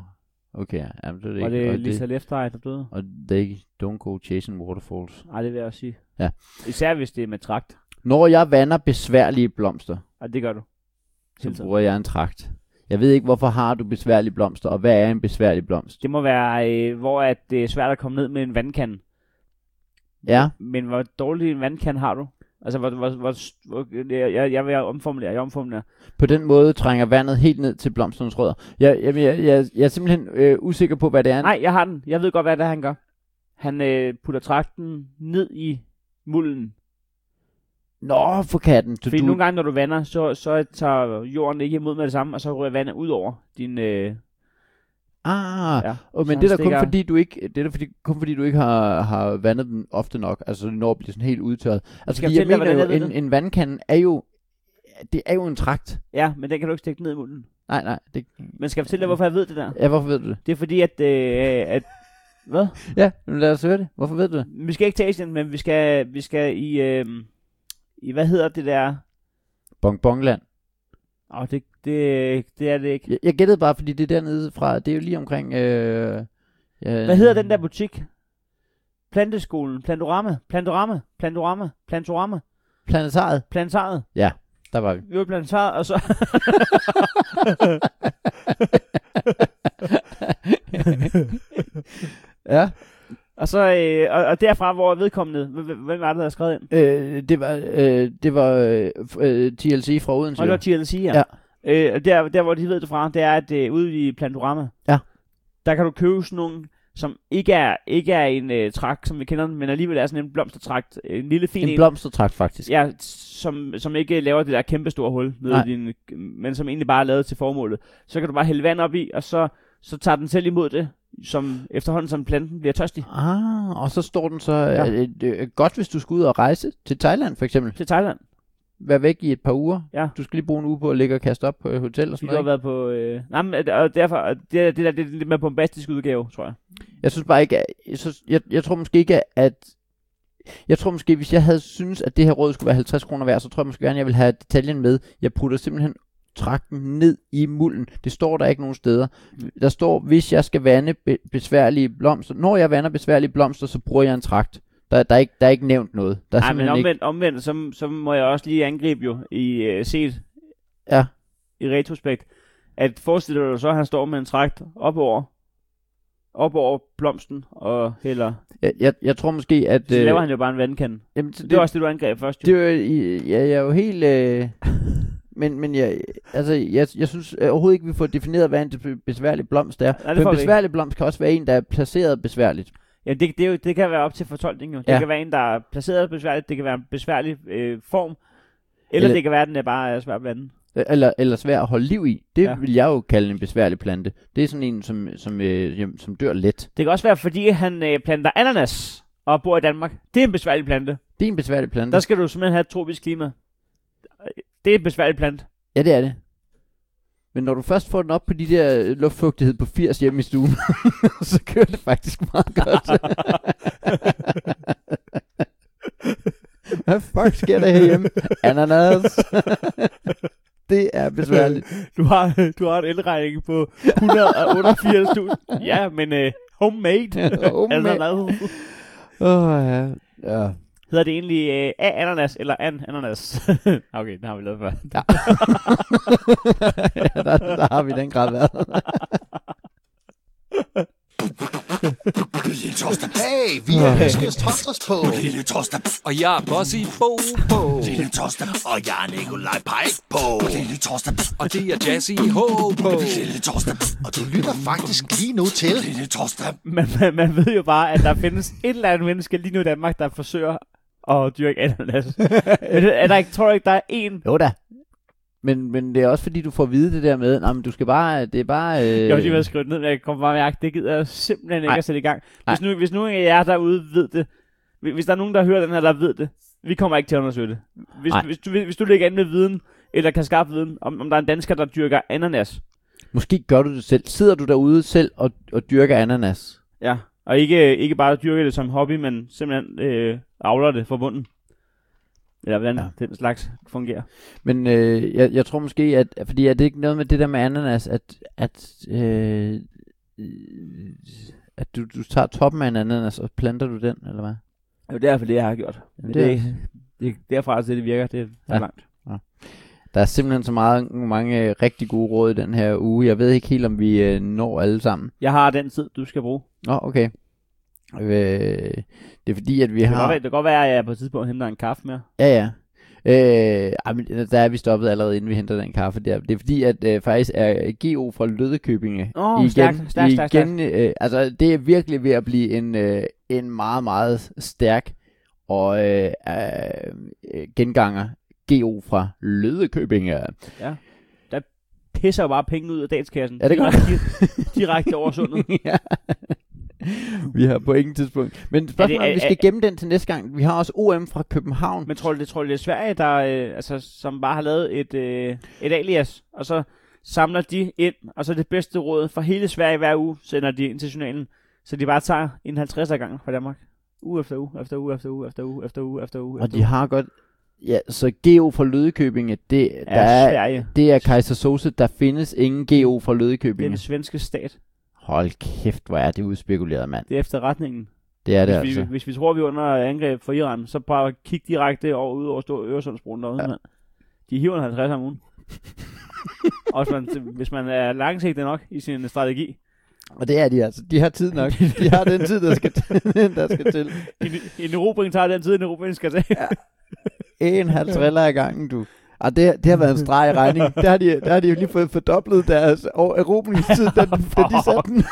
B: okay. Jamen, det er det
C: Var
B: ikke.
C: det
B: og,
C: Lisa
B: det,
C: Lefteye, der døde?
B: og det er ikke Don't Go Chasing Waterfalls.
C: Nej, det vil jeg også sige.
B: Ja.
C: Især hvis det er med trakt.
B: Når jeg vander besværlige blomster,
C: Og det gør du. Hele
B: så
C: tiden.
B: bruger jeg en trakt. Jeg ved ikke, hvorfor har du besværlige blomster, og hvad er en besværlig blomst?
C: Det må være, øh, hvor at det er svært at komme ned med en vandkande.
B: Ja,
C: Men hvor dårlig en vandkant har du? Altså, hvor, hvor, hvor, hvor jeg, jeg, jeg vil omformulere, jeg omformulerer.
B: På den måde trænger vandet helt ned til blomsternes rødder. Jeg, jeg, jeg, jeg, jeg er simpelthen øh, usikker på, hvad det er.
C: Nej, jeg har den. Jeg ved godt, hvad det er, han gør. Han øh, putter trakten ned i mulden.
B: Nå, for katten. Du,
C: Fordi
B: du,
C: nogle gange, når du vander, så, så tager jorden ikke imod med det samme, og så ryger vandet ud over din... Øh,
B: ah,
C: ja.
B: oh,
C: så
B: men det er da kun
C: han stikker-
B: fordi, du ikke, det er da fordi, kun fordi, du ikke har, har vandet den ofte nok. Altså, så det når at blive sådan helt udtørret. Altså,
C: Skal jeg
B: fordi jeg mener
C: fortælle dig, hvordan
B: jo,
C: jeg ved
B: en,
C: det?
B: en vandkande er jo, det er jo en trakt.
C: ja, men den kan du ikke stikke ned i mulden.
B: Nej, nej. Det,
C: Men skal jeg fortælle dig, hvorfor jeg ved det der?
B: ja, hvorfor ved du det?
C: Det er fordi, at... Øh, at hvad?
B: Ja, men lad os høre det. Hvorfor ved du det?
C: Vi skal ikke til Asien, men vi skal, vi skal i... Øh, I hvad hedder det der?
B: Bongbongland.
C: Åh, det, det, det er det ikke.
B: Jeg, jeg gættede bare, fordi det er dernede fra, det er jo lige omkring... Øh, ja,
C: Hvad hedder den der butik? Planteskolen, Plantorama, Plantorama, Plantorama, Plantorama,
B: Planetariet.
C: Plantaret.
B: Der var vi.
C: Vi var i Plantaret, og så...
B: ja.
C: Og så øh, og, og derfra, hvor vedkommende... Hvem hvem var det, der havde skrevet ind?
B: Øh, det var, øh, det var øh, f- øh, TLC fra Odense.
C: Og det var
B: jo.
C: TLC, ja.
B: Ja.
C: ja. Øh, og der, der, hvor de ved det fra, det er, at øh, ude i Plantorama,
B: Ja.
C: der kan du købe sådan nogle, som ikke er, ikke er en øh, trakt, som vi kender den, men alligevel er sådan en blomstertrakt. En lille fin
B: En blomstertrakt, faktisk.
C: Ja, som, som ikke laver det der kæmpe store hul, nede
B: Nej.
C: i din, men som egentlig bare er lavet til formålet. Så kan du bare hælde vand op i, og så, så tager den selv imod det, som efterhånden som planten bliver tørstig
B: Ah, og så står den så...
C: Ja.
B: Ja. Øh, det er godt, hvis du skal ud og rejse til Thailand, for eksempel.
C: til Thailand.
B: Vær væk i et par uger.
C: Ja.
B: Du skal lige bruge en uge på at ligge og kaste op på et hotel og
C: Vi
B: sådan
C: har jo
B: noget.
C: været på... Øh, nej, men, øh, og derfor, og det, det, der, det er en lidt mere bombastisk udgave, tror jeg.
B: ikke? Jeg synes bare ikke... at- Jeg, synes, jeg, jeg tror måske ikke, at... Jeg tror måske, hvis jeg havde synes at det her råd skulle være 50 kroner værd, så tror jeg måske gerne, at jeg ville have detaljen med. Jeg putter simpelthen trakten ned i mulden. Det står der ikke nogen steder. Der står, hvis jeg skal vande be- besværlige blomster. Når jeg vander besværlige blomster, så bruger jeg en trakt. Der, der, er, ikke, der er ikke nævnt noget. Der er
C: Nej, men
B: simpelthen ikke...
C: omvendt, omvendt så, så må jeg også lige angribe jo i øh, set
B: Ja.
C: i retrospekt, at forestiller du dig så, at han står med en trakt op over, op over blomsten og hælder.
B: Jeg, jeg, jeg tror måske, at...
C: Så det, laver
B: øh,
C: han jo bare en vandkande.
B: Jamen,
C: Så det, det var også det, du angreb først. Jo.
B: Det var, ja, jeg er jo helt... Øh, men men jeg, altså, jeg, jeg synes øh, overhovedet ikke, vi får defineret, hvad en be- besværlig blomst er. For
C: Nej, det får
B: en
C: vi ikke.
B: besværlig blomst kan også være en, der er placeret besværligt.
C: Ja, det, det, er jo- det kan være op til fortolkning jo. Det
B: Ja.
C: kan være en, der er placeret besværligt, det kan være en besværlig øh, form, eller,
B: Eller-
C: det kan være, at den er bare er svær at blande.
B: Øh, Eller, eller svær at holde liv i. Det
C: Ja.
B: ja. vil jeg jo kalde en besværlig plante. Det er sådan en, som, som, øh, jamen, som dør let.
C: Det kan også være, fordi han øh, planter ananas og bor i Danmark. Det er en besværlig plante.
B: Det er en besværlig plante.
C: Der skal du simpelthen have et tropisk klima. Øh, Det er en besværlig plante.
B: Ja, det er det. Men når du først får den op på de der øh, luftfugtighed på 80 hjemme i stuen, så kører det faktisk meget godt. Hvad fuck sker der herhjemme? Ananas. det er besværligt.
C: Du har, du har en elregning på 188.000. ja, men uh, homemade.
B: Åh, mand.
C: Ananas.
B: Oh, Åh, ja. ja.
C: Hedder det egentlig uh, A-ananas eller an-ananas? okay, den har vi lavet før.
B: ja der, der har vi den grad været.
E: Lille torsdag,
D: Hey, vi er Øskers Torsdags på.
E: lille torsdag, og jeg er bossy bo på. Lille torsdag,
D: Og jeg er Nikolaj Pajk på.
E: lille torsdag, og det er jazzy ho på. Lille torsdag,
D: Og du lytter faktisk lige nu til
E: lille torsdag,
C: Man, man, man ved jo bare, at der findes et eller andet menneske lige nu i Danmark, der forsøger at dyrke ananas. Men er der ikke, tror du ikke, der er en?
B: Jo da. Men, men det er også fordi, du får at vide det der med, nej, men du skal bare, det er bare... Øh,
C: Jeg har lige været skrevet ned, men jeg kommer bare mærke, det gider jeg simpelthen ikke
B: Nej.
C: at sætte i gang.
B: Nej.
C: Hvis nu, hvis nu en af jer derude ved det, hvis hvis der er nogen, der hører den her, der ved det, vi kommer ikke til at undersøge det. Hvis,
B: Nej.
C: hvis, du, hvis du ligger inde med viden, eller kan skaffe viden, om, om der er en dansker, der dyrker ananas,
B: Måske gør du det selv. Sidder du derude selv og, og dyrker ananas?
C: ja. og ikke, ikke bare dyrker det som hobby, men simpelthen øh, avler det fra bunden. Eller hvordan ja. den slags fungerer.
B: Men øh, jeg, jeg tror måske, at fordi er det ikke noget med det der med ananas, at, at, øh, øh, at du, du tager toppen af en ananas, og planter du den, eller hvad?
C: Det er jo derfor, det jeg har gjort. Men det,
B: det er-
C: det, det, derfra til det virker, det er ja.
B: Ja.
C: langt.
B: Der er simpelthen så meget, mange øh, rigtig gode råd i den her uge. Jeg ved ikke helt, om vi øh, når alle sammen.
C: Jeg har den tid, du skal bruge.
B: Nå, okay. Øh, det er fordi, at vi
C: Det kan, godt, være-
B: har...
C: det kan godt være, at jeg på et tidspunkt henter en kaffe mere.
B: Ja, ja. Øh, ej, men der er vi stoppet allerede, inden vi henter den kaffe der. Det er fordi, at øh, faktisk er Geo fra Lødekøbinge
C: Åh, stærkt, stærkt, stærkt,
B: igen øh, altså det er virkelig ved at blive en, øh, en meget, meget stærk og øh, øh, øh, genganger Geo fra Lødekøbinge.
C: pisser jo bare penge ud af statskassen.
B: Ja, det gør han.
C: direkte, direkte over sundet.
B: ja. Vi har på ingen tidspunkt. Men spørgsmålet er,
C: er-
B: om vi skal
C: er-
B: gemme den til næste gang. Vi har også OM fra København.
C: Men tror du, det, tror du, det er Sverige, der, øh, altså, som bare har lavet et, øh, et alias, og så samler de ind, og så det bedste råd fra hele Sverige hver uge, sender de ind til journalen, så de bare tager en 50 gang fra Danmark. Uge efter uge, efter uge, efter uge, efter uge, efter uge, efter uge.
B: Og
C: efter
B: de har godt... Ja, så Geo fra Lødekøbinge, det,
C: uge.
B: der er,
C: ja, Sverige.
B: Det er Kaiser Sose, der findes ingen GO fra
C: Det er
B: Lødekøbinge.
C: den svenske stat.
B: Hold kæft, hvor er det udspekuleret, mand.
C: Det er efterretningen.
B: Det er det
C: hvis,
B: altså.
C: vi, hvis vi tror, vi er under angreb fra Iran, så bare kig direkte over, ud over Stor- Øresundsbroen derude. Ja. De hiver en 50 om ugen. og hvis man, hvis man er langsigtet nok i sin strategi,
B: Og det er de altså. De har tid nok. De har den tid, der skal, der skal til.
C: En, en erobring tager den tid, en erobring skal tage.
B: En halv triller i gangen, du. Og det, det har været en streg i regning. Der har de, der har de jo lige fået fordoblet deres over- erobringstid, da, da de satte den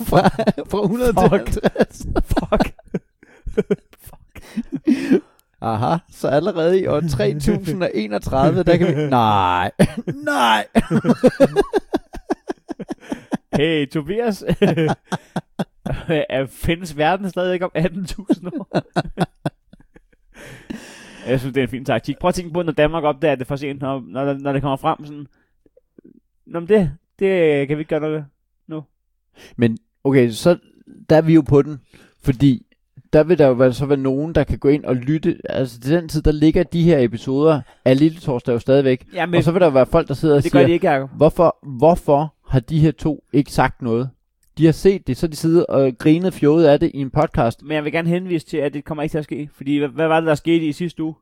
B: fra, fra 100 til
C: Fuck.
B: 50.
C: Fuck.
B: Aha, så allerede i år 3031, der kan vi... Nej, nej.
C: Hey, Tobias. er, findes verden stadig ikke om 18.000 år? Jeg synes, det er en fin taktik. Prøv at tænke på, når Danmark opdager det for sent, når, når, når det kommer frem sådan... Nå, men det, det kan vi ikke gøre noget ved.
B: Men okay, så der er vi jo på den, fordi der vil der jo være, så være nogen, der kan gå ind og lytte. Altså til den tid, der ligger de her episoder af Lille Torsdag jo stadigvæk.
C: Ja,
B: Men, og så vil der være folk, der sidder og
C: det
B: siger,
C: gør de ikke, Jacob.
B: Hvorfor, hvorfor har de her to ikke sagt noget? De har set det, så har de sidder og grinet fjollet af det i en podcast.
C: Men jeg vil gerne henvise til, at det kommer ikke til at ske. Fordi hvad, hvad var det, der skete i sidste uge?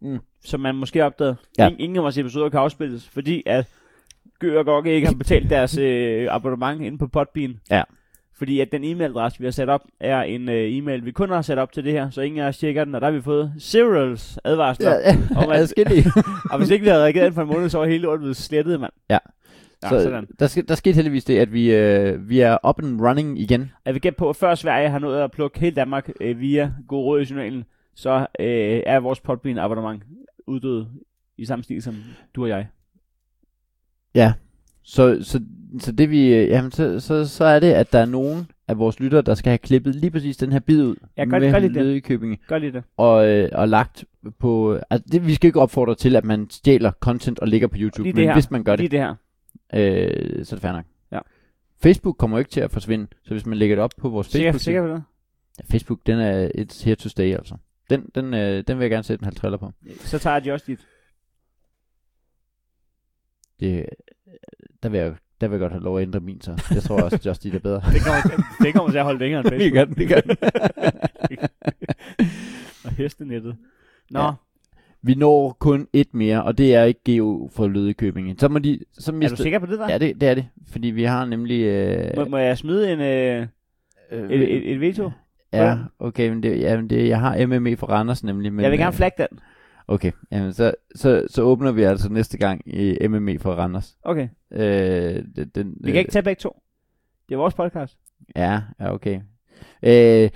B: Mm.
C: Som man måske opdagede.
B: Ja.
C: Ja. Ingen, ingen af vores episoder kan afspilles, fordi at Gø og Gokke ikke har betalt deres øh, abonnement inde på Podbean.
B: Ja.
C: Fordi at den e-mailadresse, vi har sat op, er en øh, e-mail, vi kun har sat op til det her, så ingen af os tjekker den, og der har vi fået Serials advarsler.
B: Ja,
C: Ja.
B: ja,
C: Og man-
B: adskillige.
C: og hvis ikke vi havde reageret inden for en måned, så var hele lortet blevet slettet, mand.
B: Ja.
C: ja så,
B: så
C: sådan.
B: der, sk- der skete heldigvis det, at vi, øh, vi er up and running igen.
C: Jeg vil gætte på, at før Sverige har nået at plukke hele Danmark øh, via god råd i journalen, så øh, er vores Podbean abonnement uddød i samme stil som du og jeg.
B: Så, så, så det vi, øh, jamen, så, så, så er det, at der er nogen af vores lyttere, der skal have klippet lige præcis den her bid ud.
C: Ja, gør-
B: med
C: gør lige det.
B: Lødekøbinge
C: Gør lige det.
B: og, øh, og lagt på... Altså, det, vi skal ikke opfordre til, at man stjæler content og ligger på YouTube,
C: Lige det
B: men
C: her.
B: hvis man gør det,
C: Lige det her.
B: øh, så er det fair nok.
C: Ja.
B: Facebook kommer jo ikke til at forsvinde, så hvis man lægger det op på vores
C: Sikker,
B: facebook
C: sikker på det?
B: Ja, Facebook, den er et here to stay, altså. Den, den, øh, den vil jeg gerne sætte en halv triller på.
C: Så tager de også dit.
B: Det, øh, der, vil jeg, der vil jeg godt have lov at ændre min, så. Jeg tror også, Just Eat er bedre.
C: Det kommer, til, det kommer til at holde længere end Facebook
B: gør den, det gør den.
C: og hestenettet. Nå,
B: Ja. Vi når kun et mere, og det er ikke Geo for Lødekøbinge. Så må de... Så
C: er
B: mister,
C: du sikker på det der?
B: Ja, det, det er det. Fordi vi har nemlig... Øh,
C: Må, må jeg smide en, øh,
B: øh,
C: et, et, et veto?
B: ja, okay, men det, ja, men det, jeg har MME for Randers nemlig. Men,
C: jeg vil gerne
B: øh,
C: flagge den.
B: Okay, jamen, så, så, så åbner vi altså næste gang i MME for Randers.
C: Okay,
B: Øh, den, den,
C: vi kan ikke tage begge to. Det er vores podcast.
B: Ja, ja, okay. Øh,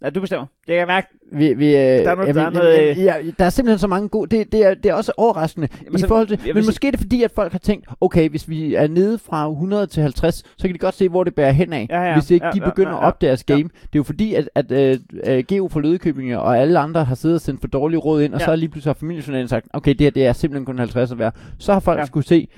C: Nej, du bestemmer. Det kan jeg mærke.
B: vi, øh, vi, der,
C: er noget- der er noget, øh,
B: ja, der er simpelthen så mange gode, det, det, er, det er også overraskende
C: Jamen,
B: i
C: så-
B: forhold til,
C: jeg vil
B: men
C: sige-
B: måske er det fordi, at folk har tænkt, okay, hvis vi er nede fra 100 til 50, så kan de godt se, hvor det bærer henad,
C: Ja, ja,
B: hvis ikke
C: ja,
B: de
C: ja,
B: begynder
C: ja,
B: at opdage deres
C: ja.
B: game. Det er jo fordi, at, at øh, øh, GU for Lødekøbinge og alle andre har siddet og sendt for dårlige råd ind, og
C: Ja.
B: så har lige pludselig har familiejournalen sagt, okay, det her det er simpelthen kun 50 at være. Så har folk ja.
C: Ja.
B: skulle se,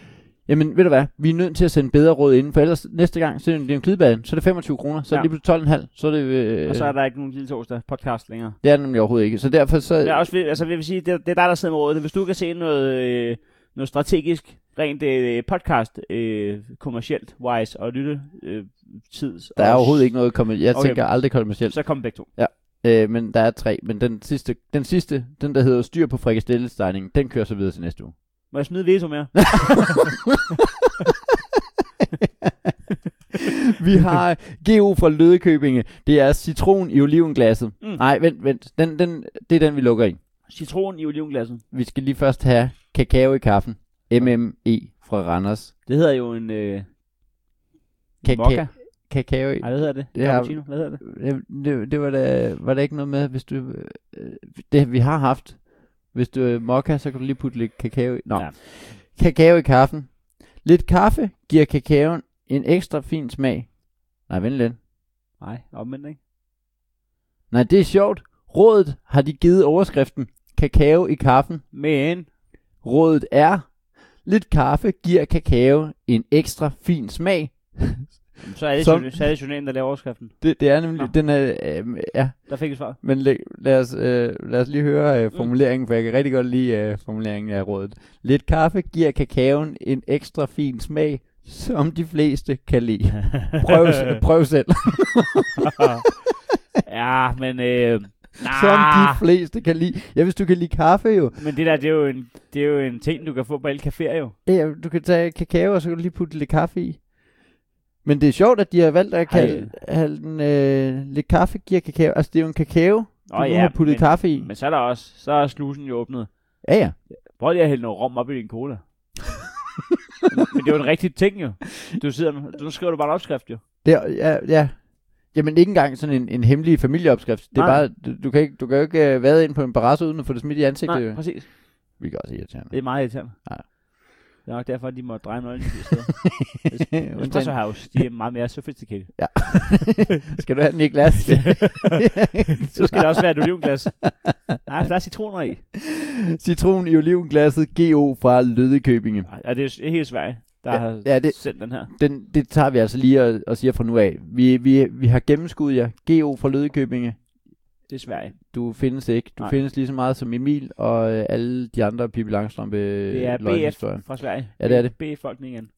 B: Jamen, ved du hvad, vi er nødt til at sende bedre råd ind, for ellers næste gang, så er det en klidebane, så er det 25 kroner, så er det
C: Ja.
B: lige pludselig 12,5, så er det... Øh,
C: Og så er der ikke nogen lille torsdag podcast længere.
B: det er det nemlig overhovedet ikke. Så derfor så...
C: Men jeg
B: Ja,
C: er også, ved- altså, vil jeg sige, det, det er dig, der sidder med rådet. Hvis du kan se noget, øh, noget strategisk, rent øh, podcast, øh, kommercielt wise og lytte øh, tids.
B: der er
C: og-
B: overhovedet ikke noget kommet. Jeg okay.
C: Okay.
B: tænker aldrig kommercielt.
C: Så kom begge to.
B: Øh, men der er tre. Men den sidste, den sidste, den der hedder Styr på frikadellestegningen, den kører så videre til næste uge.
C: Må jeg smide veto mere?
B: Vi har GU fra Lødekøbinge. Det er citron i olivenglasset. Mm.
C: Mm.
B: Nej, vent, vent. Den, den, det er den, vi lukker i.
C: Citron i olivenglasset.
B: Vi skal lige først have kakao i kaffen. MME fra Randers.
C: Det hedder jo en øh, mokka.
B: Kaka- kakao i...
C: Nej, hvad hedder det?
B: Det er-
C: Cappuccino. Hvad hedder det?
B: Jamen, Det, det var, da, var der ikke noget med, hvis du... øh, Det vi har haft. Hvis du er mokka, så kan du lige putte lidt kakao i. Nå. Ja.
C: Ja.
B: Kakao i kaffen. Lidt kaffe giver kakaoen en ekstra fin smag. Nej, vent lidt.
C: Nej, omvendt ikke.
B: Nej, det er sjovt. Rådet har de givet overskriften. Kakao i kaffen.
C: Men
B: Rådet er... Lidt kaffe giver kakao en ekstra fin smag.
C: så er det,
B: Som-
C: Som... så er det journalen, der laver overskriften.
B: Det, det er nemlig...
C: Nå.
B: Den er... Øh, ja,
C: Der fik vi svar.
B: Men læg, lad, os, øh, lad os lige høre
C: Mm.
B: øh, formuleringen, for jeg kan rigtig godt lide øh, formuleringen af rådet. Lidt kaffe giver kakaoen en ekstra fin smag, som de fleste kan lide. Prøv, se- prøv selv,
C: ja, men... Øh,
B: som de
C: nah.
B: fleste kan lide. Ja, hvis du kan lide kaffe jo.
C: Men det der, det er jo en, det er jo en ting, du kan få på alle caféer jo.
B: Ja, du kan tage kakao, og så kan du lige putte lidt kaffe i. Men det er sjovt, at de har valgt at
C: Hej.
B: kalde, kalde den øh, lidt kaffe, giver kakao. Altså, det er jo en kakao, du
C: Nå
B: oh, ja, har puttet
C: men,
B: kaffe i.
C: Men så er der også, så er slusen jo åbnet.
B: Ja, ja.
C: Prøv lige at hælde noget rom op i din cola. men, men det er jo en rigtig ting jo. Du sidder, med- nu skriver du bare en opskrift jo.
B: Det er, ja, ja. Jamen ikke engang sådan en, en hemmelig familieopskrift. Det er
C: Nej.
B: bare, du, du, kan ikke, du kan jo ikke øh, vade ind på en barrasse uden at få det smidt i ansigtet.
C: Nej,
B: Nej.
C: præcis.
B: Vi kan også irriterende.
C: Det er meget irriterende.
B: Ja.
C: Det er nok derfor, at de må dreje nøglen til stedet. Espresso
B: Undtagen-
C: House, de er meget mere sophisticated.
B: skal du have den i et glas?
C: Så skal der også være et olivenglas. Nej, for der er citroner i.
B: Citron i olivenglasset GO fra Lødekøbinge.
C: Nej, ja, det er hele Sverige, der
B: Ja,
C: har
B: ja, det-
C: sendt den her.
B: Den, det tager vi altså lige og, og siger fra nu af. Vi, vi, vi har gennemskuddet jer. GO fra Lødekøbinge.
C: Det er Sverige.
B: Du findes ikke. Du
C: Nej.
B: Nej. findes lige så meget som Emil og øh, alle de andre Pippi Langstrømpe
C: Det er BF
B: løgnhistorier.
C: fra Sverige.
B: Ja, det er det.
C: BF-folkeningen.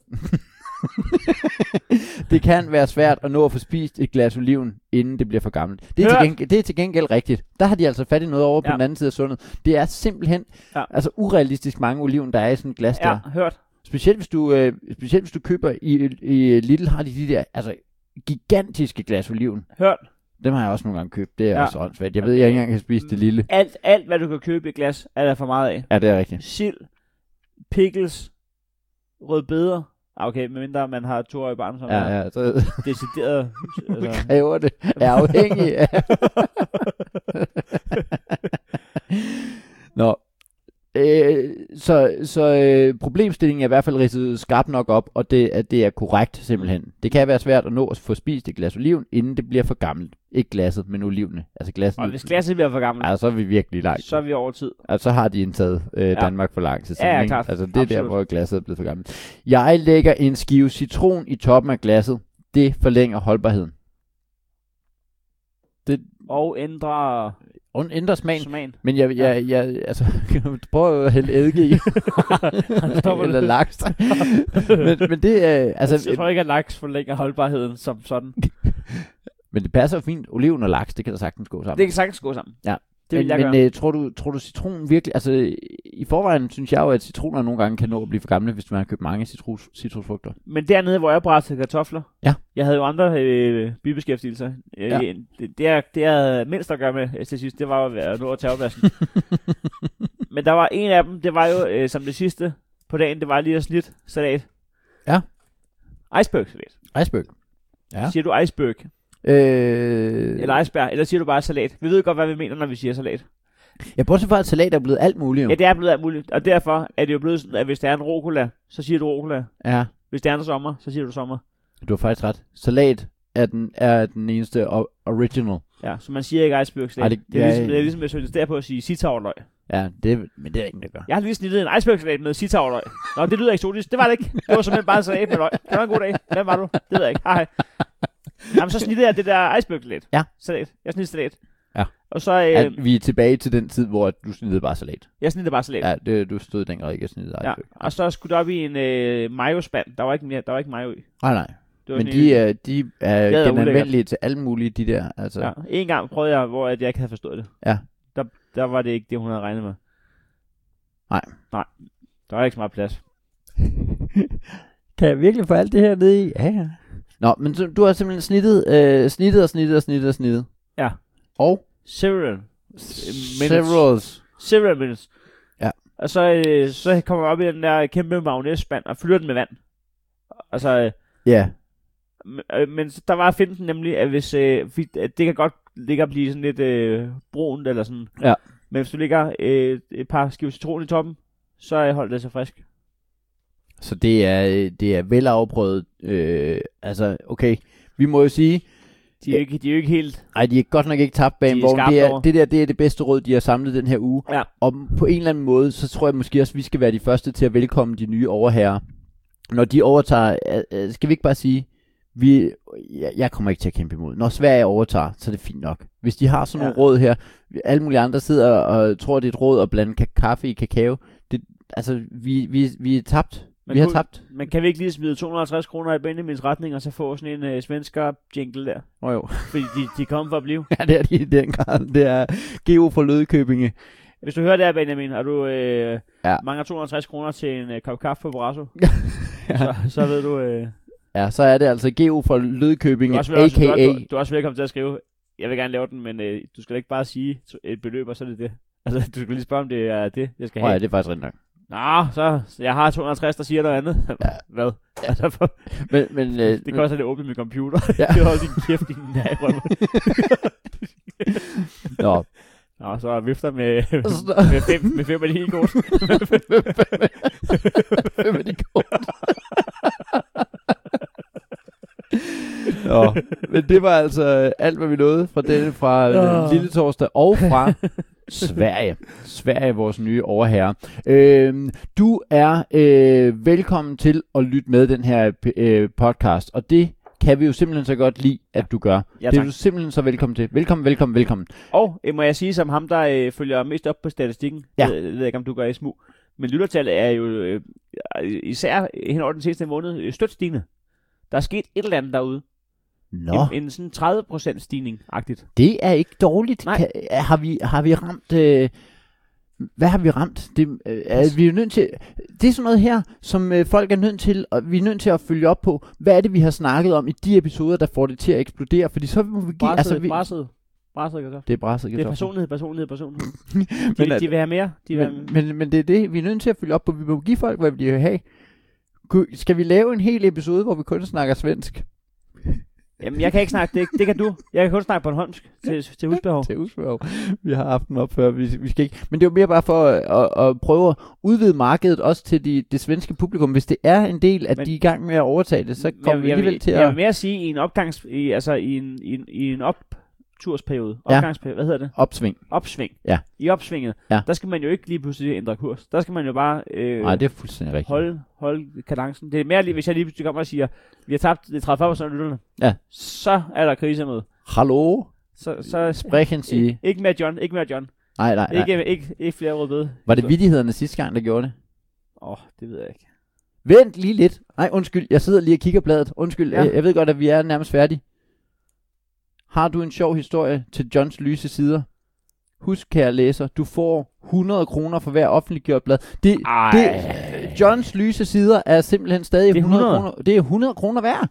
B: Det kan være svært at nå at få spist et glas oliven, inden det bliver for gammelt. Det er, til
C: Hørt!
B: gengæld, det er til gengæld rigtigt. Der har de altså fat i noget over på
C: Ja.
B: den anden side af sundet. Det er simpelthen
C: Ja.
B: ja. altså urealistisk mange oliven, der er i sådan et glas ja.
C: Ja,
B: der.
C: hørt.
B: Specielt hvis du, øh, specielt hvis du køber i, i øh, Lidl, har de de der altså, gigantiske glas oliven.
C: Hørt.
B: Dem har jeg også nogle gange købt. Det er
C: Ja.
B: ja. også åndssvagt. Jeg ved, jeg ikke engang kan spise det lille.
C: Alt, alt, hvad du kan købe i et glas, er der for meget af.
B: Ja, det er rigtigt.
C: Sild, pickles, rødbeder. Ah, Okay, medmindre man har to år i barn, som ja,
B: Ja,
C: ja. er
B: ja. Så
C: decideret. altså,
B: kræver det. Er afhængig af. Nå. Øh, så så øh, problemstillingen er i hvert fald ridset skarpt nok op, og det, at det er korrekt simpelthen. Det kan være svært at nå at få spist et glas oliven, inden det bliver for gammelt. Ikke glasset, men olivene. Altså glasset.
C: og hvis glasset bliver for gammelt,
B: Ja, så er vi virkelig langt.
C: så er vi over tid.
B: Og så har de indtaget øh,
C: Ja.
B: Danmark for lang tid siden.
C: Ja, ja,
B: ikke?
C: klart.
B: Altså det er der,
C: Absolut.
B: hvor glasset er blevet for gammelt. Jeg lægger en skive citron i toppen af glasset. Det forlænger holdbarheden.
C: Og ændre
B: Og den ændrer smagen.
C: smagen.
B: Men jeg, jeg, jeg altså, prøv at hælde eddike i.
C: Stopper
B: Eller
C: det.
B: laks. men, men, det, øh,
C: Altså, jeg
B: altså,
C: tror ikke, at laks forlænger holdbarheden som sådan.
B: men det passer jo fint. Oliven og laks, det kan da sagtens gå sammen.
C: Det kan sagtens gå sammen.
B: Ja.
C: Det vil
B: men
C: jeg gøre.
B: men øh, tror, du, tror du citronen virkelig... Altså, øh, i forvejen synes jeg jo, at citroner nogle gange kan nå at blive for gamle, hvis man har købt mange citrus, citrusfrugter.
C: Men dernede, hvor jeg brændte kartofler,
B: Ja.
C: jeg havde jo andre øh, bibeskæftigelser. Øh, ja.
B: Ja.
C: det, det, jeg, det, jeg havde mindst at gøre med øh, til sidst, det var jo at være- at nå at tage opvasken. Men der var en af dem, det var jo øh, som det sidste på dagen, det var lige at snit salat.
B: Ja.
C: Iceberg salat.
B: Iceberg.
C: Ja.
B: Ja.
C: Siger du iceberg,
B: Øh,
C: eller iceberg, eller siger du bare salat? Vi ved godt, hvad vi mener, når vi siger salat.
B: Jeg bortset fra, at salat er blevet alt muligt. Jo.
C: Ja, det er blevet alt muligt, og derfor er det jo blevet sådan, at hvis der er en rucola, så siger du rucola.
B: ja.
C: Hvis der er en sommer, så siger du sommer.
B: Du har faktisk ret. Salat er den, er den eneste o- original.
C: Ja, så man siger ikke iceberg
B: Ej,
C: salat. Det,
B: det-
C: det, er
B: ja,
C: ligesom,
B: ja.
C: det er ligesom, hvis jeg insisterer på at sige sitavløg.
B: Ja, det, men det er der ingen, der gør.
C: Jeg har lige snittet en icebergsalat med sitavløg. Nå, det lyder eksotisk. Det var det ikke. Det var simpelthen bare salat med løg. Det var en god dag. Hvem var du? Det ved jeg ikke. Hej. Jamen, så snittede jeg det der icebergsalat.
B: Ja.
C: Salat. Jeg snittede salat.
B: Ja.
C: Og så, øh,
B: Ja, vi er tilbage til den tid, hvor du snidede bare salat.
C: jeg snittede bare salat.
B: Ja, det, du stod dengang ikke og snidede
C: ja.
B: iceberg.
C: Og så skulle det op i en øh, mayo-spand. Der var ikke, mere, der var ikke mayo i. Det
B: Nej, nej.
C: var
B: Men
C: sådan
B: de
C: en,
B: er, de er
C: Det er da
B: genanvendelige til alle mulige, de der. Altså.
C: Ja. En gang prøvede jeg, hvor at jeg ikke havde forstået det.
B: Ja.
C: Der, der var det ikke det, hun havde regnet med.
B: Nej.
C: Nej. Der var ikke så meget plads.
B: Kan jeg virkelig få alt det her ned i? Ja, ja. Nå, men så, du har simpelthen snittet, øh, snittet og snittet og snittet og snittet.
C: Ja. øh,
B: Og?
C: Cereal.
B: Severals.
C: Several minutes.
B: Ja.
C: Og så, øh, så kommer jeg op i den der kæmpe magnæsspand og fylder den med vand. Altså, øh,
B: Ja.
C: m- øh, men så- der var finten nemlig, at hvis øh, fordi, at det kan godt ligge og blive sådan lidt øh, brunt eller sådan.
B: Ja.
C: Men hvis du ligger øh, et par skiver citron i toppen, så øh, holder det sig frisk.
B: Så det er, øh, det er velafprøvet. Øh, altså, okay. Vi må jo sige,
C: De er, jo ikke, de er jo ikke helt...
B: Ej, de er godt nok ikke tabt bag
C: De
B: en
C: er
B: vogn.
C: skarpt
B: Det, er,
C: over.
B: det der det er det bedste råd, de har samlet den her uge.
C: Ja.
B: Og på en eller anden måde, så tror jeg måske også, vi skal være de første til at velkomme de nye overherrer. Når de overtager, øh, øh, skal vi ikke bare sige, vi, jeg, jeg kommer ikke til at kæmpe imod. Når Sverige overtager, så er det fint nok. Hvis de har sådan
C: Ja.
B: ja. nogle råd her, alle mulige andre sidder og tror, det er et råd at blande ka- kaffe i kakao. Det, altså, vi, vi, vi er tabt.
C: Men
B: vi har
C: kunne-
B: tabt.
C: Men kan vi ikke lige smide 250 kroner i Benjamins retning, og så få sådan en øh, svensker jingle der?
B: Oh, jo.
C: Fordi de, de kommer for at blive.
B: ja, det er de i den grad. Det er Geo fra Lødekøbinge.
C: Hvis du hører det her, Benjamin, og du øh, ja.
B: Ja.
C: mangler 250 kroner til en øh, kop kaffe på Brasso, så, så ved du, øh,
B: Ja, så er det altså Geo fra Lødkøbing,
C: Du er, også, vel- også, du,
B: a.k.a.
C: er, du, du er også velkommen til at skrive, jeg vil gerne lave den, men øh, du skal da ikke bare sige t- et beløb, og så er det det. Altså, du skal lige spørge, om det er det, jeg skal
B: Nå
C: have.
B: ja, det er faktisk rent nok.
C: Nå, så så jeg har 260, der siger noget andet.
B: Ja.
C: Hvad? Altså, for,
B: Men, men øh,
C: det koster det at åbne min computer.
B: Ja.
C: Ja. det var din kæft, din nærrømme.
B: nå.
C: Nå, så er vifter med,
B: Så-
C: med, fem, med fem af de hele kort.
B: Hvem er det kort? Nå, men det var altså øh, alt, hvad vi nåede fra denne fra
C: Nå.
B: øh, Lille Torsdag og fra Sverige. Sverige er vores nye overherre. Øhm, du er øh, velkommen til at lytte med den her p- øh, podcast, og det kan vi jo simpelthen så godt lide, at du gør.
C: Ja,
B: det er
C: tak.
B: du simpelthen så velkommen til. Velkommen, velkommen, velkommen.
C: Og øh, må jeg sige, som ham, der øh, følger mest op på statistikken,
B: Ja.
C: jeg, jeg ved ikke, om du gør SMU, men lyttertallet er jo øh, især hen over den seneste måned øh, stødt stigende. Der er sket et eller andet derude.
B: Nå.
C: En, en sådan 30% stigning-agtigt.
B: Det er ikke dårligt.
C: Nej.
B: Kan, har, vi, har vi ramt... Øh, hvad har vi ramt? Det, øh, er, vi er nødt til, det er sådan noget her, som øh, folk er nødt til, og vi er nødt til at følge op på. Hvad er det, vi har snakket om i de episoder, der får det til at eksplodere? Fordi så må vi give...
C: Brasset, altså,
B: vi,
C: vi... brasset. Brasset, kan
B: det er brasset,
C: Det er personlighed, personlighed, personlighed.
B: Men
C: de,
B: er-
C: de vil have mere. De vil have...
B: men, men, men det er det, vi er nødt til at følge op på. Vi må give folk, hvad de vil have. Ku- Skal vi lave en hel episode, hvor vi kun snakker svensk
C: Jamen, jeg kan ikke snakke det. Det kan du. Jeg kan kun snakke bornholmsk til, til husbehov.
B: til Usbjerg? Vi har haft dem op før, vi, vi skal ikke. Men det er jo mere bare for at, at, at prøve at udvide markedet også til de, det svenske publikum. Hvis det er en del, at
C: Men-
B: de er i gang med at overtage det, så kommer vi alligevel
C: vil,
B: til
C: Jeg vil
B: at
C: mere sige, i en opgangs... I, altså, i en, i en, i en optursperiode.
B: Ja.
C: Opgangsperiode. Hvad hedder det?
B: opsving.
C: Opsving.
B: Ja.
C: I opsvinget.
B: Ja.
C: Der skal man jo ikke lige pludselig ændre kurs. Der skal man jo bare... Øh,
B: Nej, det er fuldstændig rigtigt.
C: holde, holde kadencen. Det er mere lige, hvis jeg lige pludselig kommer og siger, vi har tabt det er 30 af lytterne.
B: Ja.
C: Så er der krise med.
B: Hallo?
C: Så, så
B: Brechen sige.
C: ikke mere John, ikke mere John.
B: Nej, nej, nej.
C: Ikke, ikke, ikke flere rødbede.
B: Var det vidtighederne sidste gang, der gjorde det?
C: Åh, oh, det ved jeg ikke.
B: Vent lige lidt. Nej, undskyld. Jeg sidder lige og kigger bladet. Undskyld.
C: Ja.
B: Ja. Jeg ved godt, at vi er nærmest færdige. Har du en sjov historie til Johns lyse sider? Husk, kære læser, du får 100 kroner for hver offentliggjort blad. Det,
C: Ej.
B: det, Johns lyse sider er simpelthen stadig
C: Det er
B: 100
C: 100.
B: kroner. Det er 100 kroner hver.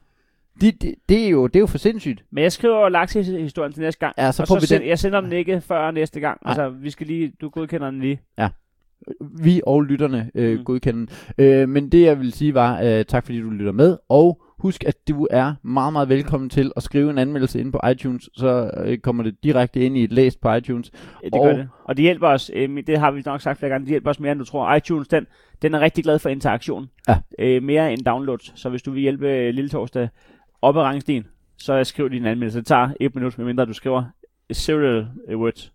B: Det, det, det, er jo, det er jo for sindssygt.
C: Men jeg skriver jo laksehistorien til næste gang.
B: Ja, så
C: og
B: får
C: så
B: vi
C: send,
B: den.
C: jeg sender den ikke før næste gang.
B: Nej.
C: Altså, vi skal lige, du godkender den lige.
B: Vi og lytterne øh,
C: Mm.
B: mm. godkende. Øh, men det jeg vil sige var, øh, tak fordi du lytter med. Og husk, at du er meget, meget velkommen til at skrive en anmeldelse ind på iTunes. Så øh, kommer det direkte ind i et læst på iTunes.
C: Ja, Det gør
B: Og-
C: det. Og det hjælper os, øh, det har vi nok sagt flere gange, det hjælper os mere end du tror. iTunes, den, den er rigtig glad for interaktion.
B: Ja.
C: Øh, mere end downloads. Så hvis du vil hjælpe øh, Lille Torsdag op ad rangstien, så skriv din anmeldelse. Det tager et minut, medmindre du skriver serial øh, words.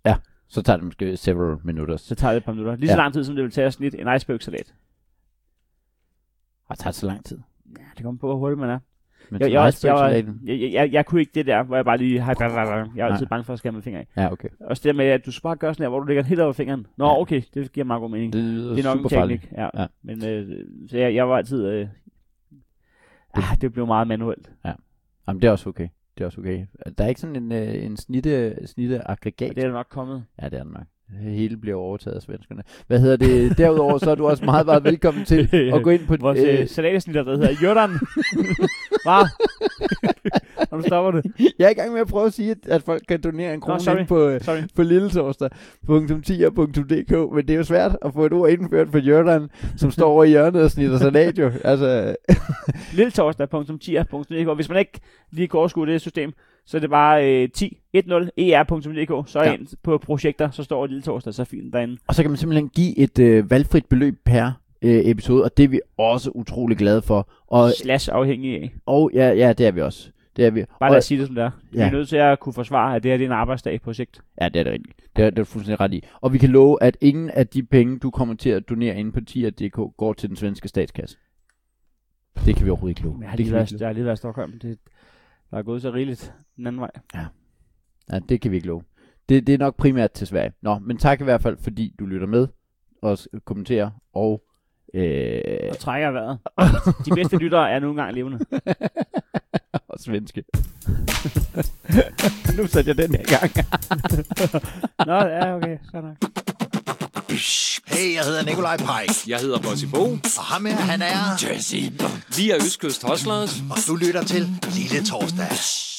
B: Så tager det måske several minutter.
C: Så
B: Så
C: tager det et par minutter. Lige så
B: Ja.
C: lang tid, som det vil tage at snitte en iceberg-salat.
B: det tager så lang tid.
C: Ja, det kommer på, hvor hurtigt man er.
B: Men
C: Jeg,
B: så
C: jeg,
B: meget
C: også, jeg, var-
B: specialaten.
C: jeg, jeg, jeg, jeg kunne ikke det der, hvor jeg bare lige... Jeg er altid bange for at skære med fingre af.
B: Ja, okay.
C: Også det der med, at du så bare gør sådan her, hvor du lægger den helt over fingeren. Nå,
B: Ja.
C: okay, det giver meget god mening.
B: Det lyder
C: Det er nok en
B: super farligt.
C: teknik. Ja. ja.
B: Ja.
C: Men øh, så jeg, jeg var altid... Øh, ah, det blev meget manuelt.
B: Jamen, det er også okay. Det er også okay. Der er ikke sådan en, øh, en snitte, snitte aggregat.
C: Og det er der nok kommet.
B: Ja, det er den nok. Det hele bliver overtaget af svenskerne. Hvad hedder det? Derudover så er du også meget, meget velkommen til at gå ind på...
C: Vores øh, salatesnitter, der hedder Jordan. Hvad? Og nu stopper det.
B: jeg er i gang med at prøve at sige, at, at folk kan donere en krone
C: sorry.
B: ind på, øh,
C: Sorry.
B: på lilletorsdag.10.dk, men det er jo svært at få et ord indført for Jørgen, som står over i hjørnet og snitter salat jo. Altså,
C: Lilletorsdag.10.dk E Hvis man ikke lige kan overskue det system, så er det bare øh, E 10.10.er.dk Så er
B: Ja.
C: ja. ind på projekter, så står Lille Torsdag så fint derinde.
B: og så kan man simpelthen give et øh, valgfrit beløb per øh, episode, og det er vi også utrolig glade for. Og,
C: Og... Slash afhængig af.
B: og ja, ja, det er vi også. Det er vi.
C: Bare
B: og,
C: lad os sige det, som det er. Vi
B: Ja.
C: er nødt til at kunne forsvare, at det her det er en arbejdsdag på sigt.
B: Ja, det er det rigtigt. Det er, det er du fuldstændig ret i. Og vi kan love, at ingen af de penge, du kommer til at donere inde på tier.dk, går til den svenske statskasse. Det kan vi overhovedet ikke love.
C: Men Jeg har
B: Det
C: lige
B: kan vi
C: været,
B: ikke love.
C: jeg har lige været i Stockholm. Det, der er gået så rigeligt den anden vej.
B: Ja, det kan vi ikke love. Det, det er nok primært til Sverige. Nå, men tak i hvert fald, fordi du lytter med og s- kommenterer og... Øh,
C: Og trækker vejret. De bedste lyttere er nu engang levende.
B: og svenske. nu satte jeg den her gang.
C: Nå, ja, okay. Så nok.
D: Hey, jeg hedder Nikolaj Pajk,
E: Jeg hedder Bossy Bo.
D: og ham her, han er...
E: Vi er Østkyst Hustlers.
D: Og du lytter til Lille Torsdag.